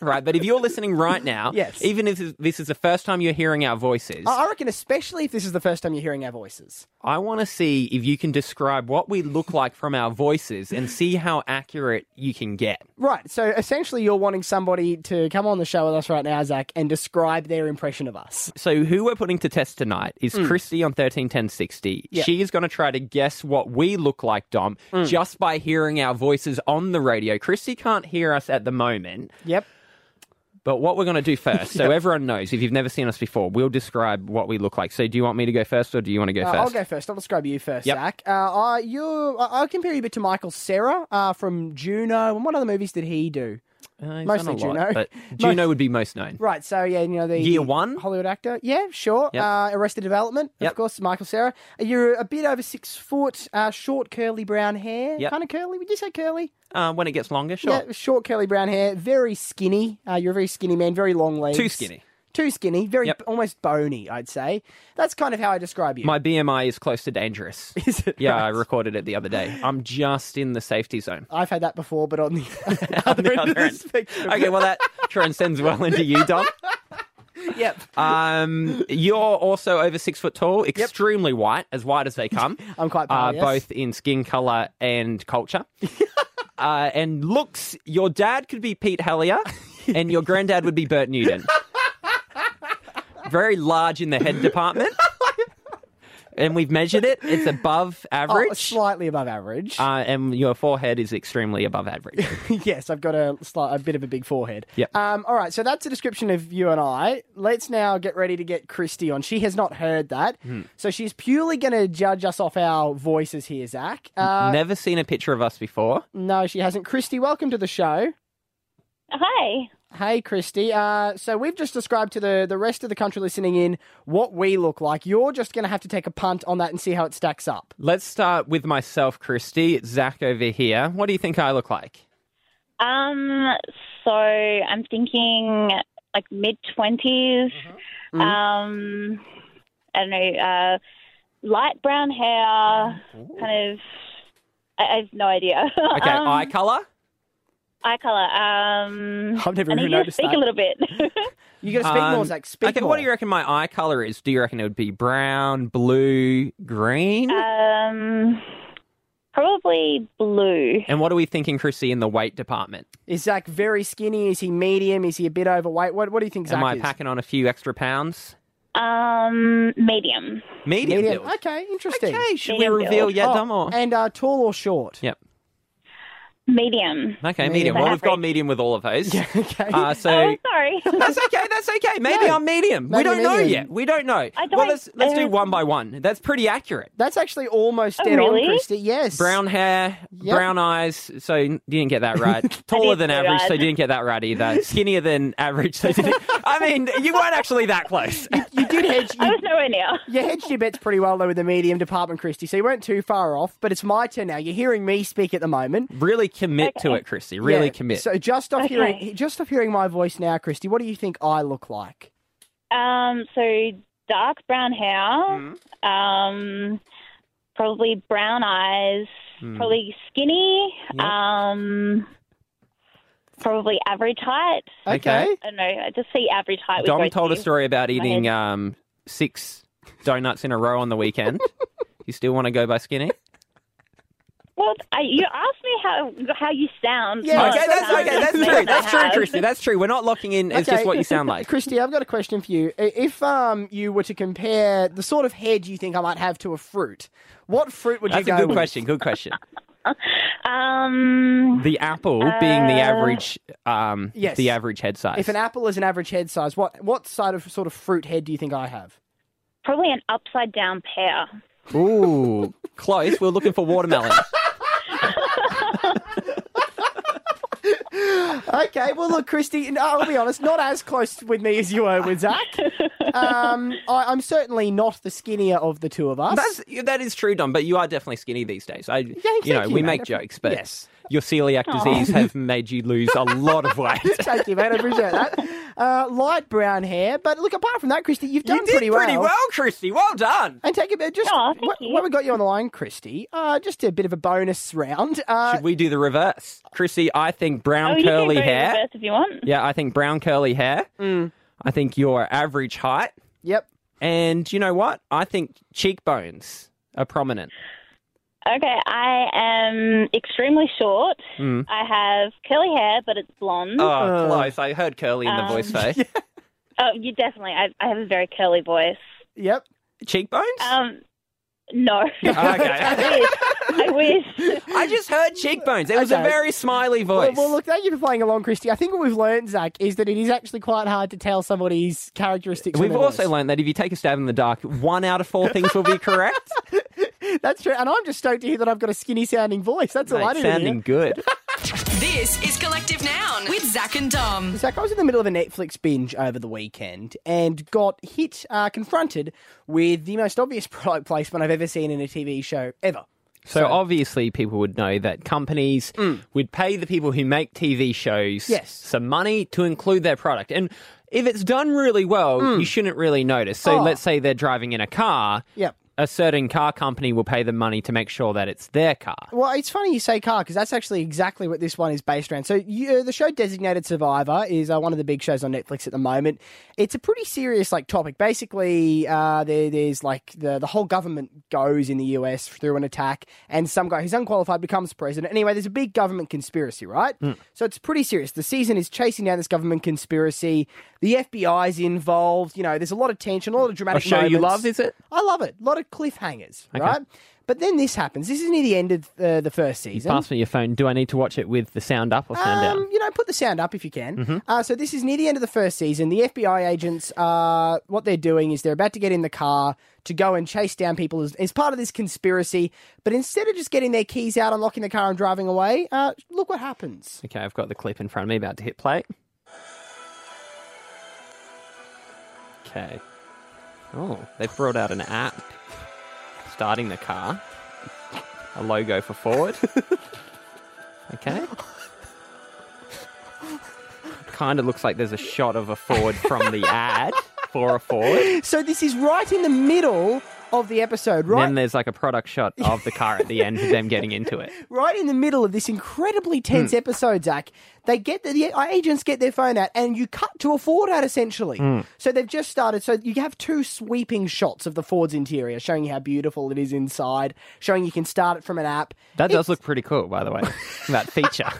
[SPEAKER 4] right. But if you're listening right now,
[SPEAKER 3] Yes. Uh-uh.
[SPEAKER 4] even if this is the first time you're hearing our voices,
[SPEAKER 3] I I reckon, especially if this is the first time you're hearing our voices.
[SPEAKER 4] I want to see if you can describe what we look like from our voices and see how accurate you can get.
[SPEAKER 3] Right, so essentially, you're wanting somebody to come on the show with us right now, Zach, and describe their impression of us.
[SPEAKER 4] So who we're putting to test tonight is Christy on thirteen ten sixty.
[SPEAKER 3] Mm. Yeah.
[SPEAKER 4] She is going to try to guess what we look like, Dom,
[SPEAKER 3] Mm.
[SPEAKER 4] just by hearing our voices on the radio. Christy can't hear us at the moment.
[SPEAKER 3] Yep.
[SPEAKER 4] But what we're going
[SPEAKER 3] [laughs]
[SPEAKER 4] to do first, so
[SPEAKER 3] Yep.
[SPEAKER 4] everyone knows, if you've never seen us before, we'll describe what we look like. So do you want me to go first, or do you want to go
[SPEAKER 3] Uh,
[SPEAKER 4] first?
[SPEAKER 3] I'll go first. I'll describe you first,
[SPEAKER 4] Yep.
[SPEAKER 3] Zach. Uh, I, you, I- I'll compare you a bit to Michael Sarah uh, from Juno. And what other movies did he do?
[SPEAKER 4] Uh, he's done
[SPEAKER 3] Mostly
[SPEAKER 4] a lot,
[SPEAKER 3] Juno. [laughs]
[SPEAKER 4] but
[SPEAKER 3] Most-
[SPEAKER 4] Juno would be most known.
[SPEAKER 3] Right, so yeah, you know the
[SPEAKER 4] Year one?
[SPEAKER 3] Hollywood actor. Yeah, sure.
[SPEAKER 4] Yep.
[SPEAKER 3] Uh, Arrested Development, of course. Michael Sarah. You're a bit over six foot, uh, short curly brown hair.
[SPEAKER 4] Yep.
[SPEAKER 3] Kind of curly. Would you say curly?
[SPEAKER 4] Uh, when it gets longer, sure.
[SPEAKER 3] Yeah, short curly brown hair. Very skinny. Uh, you're a very skinny man. Very long legs.
[SPEAKER 4] Too skinny.
[SPEAKER 3] Too skinny. Very almost bony. I'd say. That's kind of how I describe you.
[SPEAKER 4] My BMI is close to dangerous.
[SPEAKER 3] [laughs] Is it?
[SPEAKER 4] Yeah, I recorded it the other day. I'm just in the safety zone.
[SPEAKER 3] I've had that before, but on the
[SPEAKER 4] [laughs] On
[SPEAKER 3] Oh,
[SPEAKER 4] the other end. Okay, well that transcends well into you, Dom.
[SPEAKER 3] [laughs] Yep.
[SPEAKER 4] Um, you're also over six foot tall, extremely white, as white as they come.
[SPEAKER 3] [laughs] I'm quite pale,
[SPEAKER 4] uh,
[SPEAKER 3] yes.
[SPEAKER 4] both in skin color and
[SPEAKER 3] [laughs]
[SPEAKER 4] culture. uh, and looks, your dad could be Pete Hallier, and your granddad would be Bert
[SPEAKER 3] [laughs]
[SPEAKER 4] Newton. Very large in the head
[SPEAKER 3] [laughs]
[SPEAKER 4] department. And we've measured it; it's above
[SPEAKER 3] Oh,
[SPEAKER 4] average.
[SPEAKER 3] slightly above average.
[SPEAKER 4] uh, and your forehead is extremely above average.
[SPEAKER 3] [laughs] yes, I've got a, slight, a bit of a big forehead.
[SPEAKER 4] Yep.
[SPEAKER 3] Um, all right, so that's a description of you and I. Let's now get ready to get Christy on. She has not heard that.
[SPEAKER 4] Hmm.
[SPEAKER 3] So she's purely going to judge us off our voices here, Zach. [laughs] Uh,
[SPEAKER 4] Never seen a picture of us before.
[SPEAKER 3] no, she hasn't. Christy, welcome to the show.
[SPEAKER 16] Hi.
[SPEAKER 3] Hey, Christy. Uh, so we've just described to the, the rest of the country listening in what we look like. You're just going to have to take a punt on that and see how it stacks up.
[SPEAKER 4] Let's start with myself, Christy. It's Zach over here. What do you think I look like?
[SPEAKER 16] Um, so I'm thinking like mid 20s.
[SPEAKER 4] Mm-hmm.
[SPEAKER 16] Um, I don't know, uh, light brown hair, kind of. I, I have no idea. [laughs]
[SPEAKER 4] Okay,
[SPEAKER 16] um,
[SPEAKER 4] eye color.
[SPEAKER 16] eye color. Um,
[SPEAKER 4] I've never
[SPEAKER 16] I
[SPEAKER 4] even
[SPEAKER 16] need you to
[SPEAKER 4] noticed
[SPEAKER 16] speak
[SPEAKER 4] that.
[SPEAKER 16] a little bit.
[SPEAKER 3] You gotta speak more, Zach. Speak
[SPEAKER 4] Um, okay,
[SPEAKER 3] more.
[SPEAKER 4] what do you reckon my eye color is? Do you reckon it would be brown, blue, green?
[SPEAKER 3] Uh,
[SPEAKER 16] um, probably blue.
[SPEAKER 4] and what are we thinking, Christy, in the weight department?
[SPEAKER 3] Is Zach very skinny? Is he medium? Is he a bit overweight? What, what do you think, Zach?
[SPEAKER 4] Am I
[SPEAKER 3] is?
[SPEAKER 4] packing on a few extra pounds?
[SPEAKER 16] Um, medium.
[SPEAKER 4] Medium. build.
[SPEAKER 3] Okay, interesting. Okay,
[SPEAKER 4] should we Medium reveal build. yet, Dom, or-
[SPEAKER 3] And uh, tall or short? [laughs]
[SPEAKER 4] Yep.
[SPEAKER 16] Medium.
[SPEAKER 4] Okay, medium. Well, we've got medium with all
[SPEAKER 3] [laughs]
[SPEAKER 4] of those. okay. Uh, so
[SPEAKER 16] Oh, Sorry.
[SPEAKER 4] that's okay. That's okay. Maybe I'm medium. we
[SPEAKER 3] Oh. Maybe
[SPEAKER 4] don't know
[SPEAKER 3] medium.
[SPEAKER 4] yet. We don't know.
[SPEAKER 3] I
[SPEAKER 4] well,
[SPEAKER 3] don't-
[SPEAKER 4] let's let's do
[SPEAKER 3] uh,
[SPEAKER 4] one by one. That's pretty accurate.
[SPEAKER 3] That's actually almost
[SPEAKER 16] Oh,
[SPEAKER 3] dead
[SPEAKER 16] really?
[SPEAKER 3] on, Christy. Yes.
[SPEAKER 4] Brown hair,
[SPEAKER 3] Yep.
[SPEAKER 4] brown eyes. So you didn't get
[SPEAKER 3] [laughs]
[SPEAKER 4] that right. Taller than
[SPEAKER 3] get it
[SPEAKER 4] average.
[SPEAKER 3] right. [laughs]
[SPEAKER 4] So you didn't get that right either. Skinnier than average. So you didn't. I mean, you weren't actually that close.
[SPEAKER 3] You You did hedge. You,
[SPEAKER 16] [laughs] I was nowhere near.
[SPEAKER 3] [laughs] You hedged your bets pretty well though with the medium department, Christy. So you weren't too far off. But it's my turn now. You're hearing me speak at the moment.
[SPEAKER 4] [laughs] Really commit to it, Christy. Really
[SPEAKER 3] Yeah.
[SPEAKER 4] commit.
[SPEAKER 3] So just off
[SPEAKER 16] Okay.
[SPEAKER 3] hearing, just off hearing my voice now, Christy. What do you think I look like?
[SPEAKER 16] Um, so dark brown hair,
[SPEAKER 4] Mm-hmm.
[SPEAKER 16] um, probably brown eyes,
[SPEAKER 4] Mm.
[SPEAKER 3] Hmm.
[SPEAKER 16] probably skinny,
[SPEAKER 3] Yep.
[SPEAKER 16] um, probably average height.
[SPEAKER 4] Okay.
[SPEAKER 16] I don't know. I just see average height. with
[SPEAKER 4] Dom
[SPEAKER 16] both
[SPEAKER 4] told a
[SPEAKER 16] you.
[SPEAKER 4] story about
[SPEAKER 16] My
[SPEAKER 4] eating
[SPEAKER 16] head.
[SPEAKER 4] um, six donuts in a row on
[SPEAKER 3] [laughs]
[SPEAKER 4] the weekend. you still want to go by skinny?
[SPEAKER 16] Well, I, you asked me how how you sound.
[SPEAKER 3] Yeah,
[SPEAKER 16] Most
[SPEAKER 3] okay, that's-
[SPEAKER 16] times [laughs]
[SPEAKER 3] okay, that's
[SPEAKER 16] I
[SPEAKER 3] true,
[SPEAKER 4] That's true,
[SPEAKER 16] have.
[SPEAKER 4] Christy. That's true. We're not locking in. It's just what
[SPEAKER 3] [laughs]
[SPEAKER 4] you sound like.
[SPEAKER 3] Christy. I've got a question for you. I- If um you were to compare the sort of head you think I might have to a fruit, what fruit would
[SPEAKER 4] That's
[SPEAKER 3] you
[SPEAKER 4] a
[SPEAKER 3] go
[SPEAKER 4] good
[SPEAKER 3] with?
[SPEAKER 4] question. Good
[SPEAKER 3] [laughs]
[SPEAKER 4] question.
[SPEAKER 16] Um,
[SPEAKER 4] The apple being the
[SPEAKER 3] Uh,
[SPEAKER 4] average, um,
[SPEAKER 3] yes.
[SPEAKER 4] the average head size.
[SPEAKER 3] If an apple is an average head size, what what side of sort of fruit head do you think I have?
[SPEAKER 16] probably an upside down pear.
[SPEAKER 3] [laughs]
[SPEAKER 4] Ooh, close. We're looking for watermelon.
[SPEAKER 3] okay, well, look, Christy, no, I'll be honest, not as close with me as you were with Zach. Um, I, I'm certainly not the skinnier of the two of us.
[SPEAKER 4] That's that is true, Dom. But you are definitely skinny these days. I, you know,
[SPEAKER 3] you,
[SPEAKER 4] we
[SPEAKER 3] mate.
[SPEAKER 4] make jokes, but
[SPEAKER 3] Yes.
[SPEAKER 4] your celiac
[SPEAKER 3] Aw.
[SPEAKER 4] disease
[SPEAKER 3] [laughs]
[SPEAKER 4] have made you lose a lot of weight.
[SPEAKER 3] [laughs] Thank you, mate. I appreciate that. Uh, light brown hair, but look, apart from that, Christy, you've done
[SPEAKER 4] [laughs] you did
[SPEAKER 3] pretty well.
[SPEAKER 4] Christy. Well done.
[SPEAKER 3] And take a bit. Just wh- when we got you on the line, Christy, uh, just a bit of a bonus round. Uh,
[SPEAKER 4] Should we do the reverse, Christy? I think brown
[SPEAKER 16] oh,
[SPEAKER 4] curly
[SPEAKER 16] you can go
[SPEAKER 4] hair.
[SPEAKER 16] reverse if you want.
[SPEAKER 4] Yeah, I think brown curly hair.
[SPEAKER 3] Mm.
[SPEAKER 4] I think your average height.
[SPEAKER 3] Yep.
[SPEAKER 4] And you know what? I think cheekbones are prominent.
[SPEAKER 16] Okay, I am extremely short.
[SPEAKER 4] Mm.
[SPEAKER 16] I have curly hair, but it's blonde.
[SPEAKER 4] Oh,
[SPEAKER 3] Uh,
[SPEAKER 4] close. I heard curly in the
[SPEAKER 16] Um,
[SPEAKER 4] voice,
[SPEAKER 3] [laughs]
[SPEAKER 4] though.
[SPEAKER 16] Oh, you definitely. I, I have a very curly voice.
[SPEAKER 3] Yep.
[SPEAKER 4] Cheekbones?
[SPEAKER 16] Um, no. [laughs]
[SPEAKER 4] Okay.
[SPEAKER 3] [laughs]
[SPEAKER 16] I wish. I wish.
[SPEAKER 4] I just heard cheekbones. It was a
[SPEAKER 3] Okay.
[SPEAKER 4] very smiley
[SPEAKER 3] well,
[SPEAKER 4] voice.
[SPEAKER 3] well, look, thank you for playing along, Christy. I think what we've learned, Zach, is that it is actually quite hard to tell somebody's characteristics.
[SPEAKER 4] We've
[SPEAKER 3] from their
[SPEAKER 4] also learned that if you take a stab in the dark, one out of four things will
[SPEAKER 3] [laughs]
[SPEAKER 4] be correct.
[SPEAKER 3] voice. That's true. And I'm just stoked to hear that I've got a skinny sounding voice. That's all I
[SPEAKER 4] Mate,
[SPEAKER 3] need.
[SPEAKER 4] sounding good.
[SPEAKER 2] This is Collective Noun with Zach and Dom.
[SPEAKER 3] Zach, I was in the middle of a Netflix binge over the weekend and got hit, uh, confronted with the most obvious [laughs] product placement I've ever seen in a TV show ever.
[SPEAKER 4] So, obviously, people would know that companies would pay the people who make TV shows
[SPEAKER 3] Mm. Yes.
[SPEAKER 4] some money to include their product. And if it's done really well, you shouldn't really notice. So
[SPEAKER 3] Mm. Oh.
[SPEAKER 4] let's say they're driving in a car.
[SPEAKER 3] Yep.
[SPEAKER 4] A certain car company will pay them money to make sure that it's their car.
[SPEAKER 3] Well, it's funny you say car because that's actually exactly what this one is based around. So, you, uh, the show Designated Survivor is uh, one of the big shows on Netflix at the moment. It's a pretty serious like topic. Basically, uh, there, there's like the the whole government goes in the US through an attack, and some guy who's unqualified becomes president. Anyway, there's a big government conspiracy, right?
[SPEAKER 4] Hmm.
[SPEAKER 3] So it's pretty serious. The season is chasing down this government conspiracy. The FBI's involved. You know, there's a lot of tension, a lot of dramatic.
[SPEAKER 4] show you
[SPEAKER 3] moments.
[SPEAKER 4] love, is it?
[SPEAKER 3] I love it. A lot of cliffhangers, right? But then this happens. This is near the end of uh, the first season.
[SPEAKER 4] Pass me your phone. Do I need to watch it with the sound up or sound Mm-hmm. down?
[SPEAKER 3] Um, you know, put the sound up if you can. Uh, so this is near the end of the first season. The FBI agents, uh, what they're doing is they're about to get in the car to go and chase down people as, as part of this conspiracy. But instead of just getting their keys out, unlocking the car, and driving away, uh, look what
[SPEAKER 4] [laughs]
[SPEAKER 3] happens.
[SPEAKER 4] Okay, I've got the clip in front of me. About to hit play. Okay. Oh, they've brought out an app. Starting the car. A logo for forward. Okay. Kind of looks like there's a shot of a Ford from the ad for a Ford.
[SPEAKER 3] So this is right in the middle of the episode, [laughs] right?
[SPEAKER 4] Then there's like a product shot of the car at the end of them getting into it.
[SPEAKER 3] right in the middle of this incredibly tense
[SPEAKER 4] Hmm.
[SPEAKER 3] episode, Zach, they get the, the agents get their phone out, and you cut to a Ford ad essentially.
[SPEAKER 4] Hmm.
[SPEAKER 3] So they've just started. So you have two sweeping shots of the Ford's interior, showing you how beautiful it is inside, showing you can start it from an app.
[SPEAKER 4] That does look pretty cool, by the
[SPEAKER 3] [laughs]
[SPEAKER 4] way. That feature.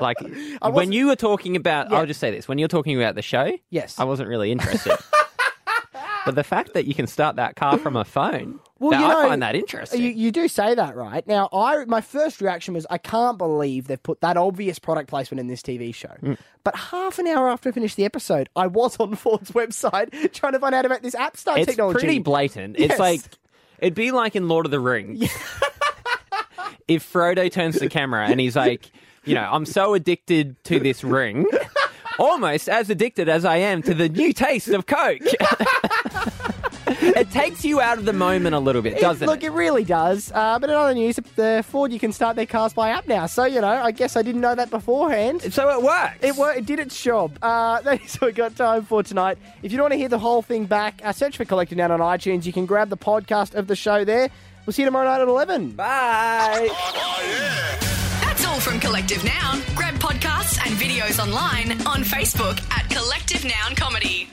[SPEAKER 4] like when
[SPEAKER 3] wasn't-
[SPEAKER 4] you were talking about, I'll just say this: when you're talking about the show,
[SPEAKER 3] Yes.
[SPEAKER 4] I wasn't really
[SPEAKER 3] [laughs]
[SPEAKER 4] interested. but the fact that you can start that car from a phone, that-
[SPEAKER 3] you
[SPEAKER 4] I
[SPEAKER 3] know,
[SPEAKER 4] find that interesting.
[SPEAKER 3] You, you do say that, right? Now, I my first reaction was, I can't believe they've put that obvious product placement in this TV show.
[SPEAKER 4] Hmm.
[SPEAKER 3] But half an hour after I finished the episode, I was on Ford's [laughs] website trying to find out about this app star
[SPEAKER 4] it's
[SPEAKER 3] technology.
[SPEAKER 4] pretty blatant.
[SPEAKER 3] Yes.
[SPEAKER 4] It's like it'd be like in Lord of the Rings. [laughs] if Frodo turns to camera and he's like, you know, I'm so addicted to this ring, almost as addicted as I am to the new taste of Coke. [laughs] it takes you out of the moment a little bit, doesn't
[SPEAKER 3] Look,
[SPEAKER 4] it?
[SPEAKER 3] it really does. Uh, but in other news, the Ford you can start their cars by app now. So you know, I guess I didn't know that beforehand.
[SPEAKER 4] So it works.
[SPEAKER 3] It worked. It did its job. Uh, [laughs] that is what we got time for tonight. If you don't want to hear the whole thing back, uh, search for Collective Noun on iTunes. You can grab the podcast of the show there. We'll see you tomorrow night at eleven.
[SPEAKER 4] Bye.
[SPEAKER 2] That's all from Collective Noun. Grab podcasts and videos online on Facebook at Collective Noun Comedy.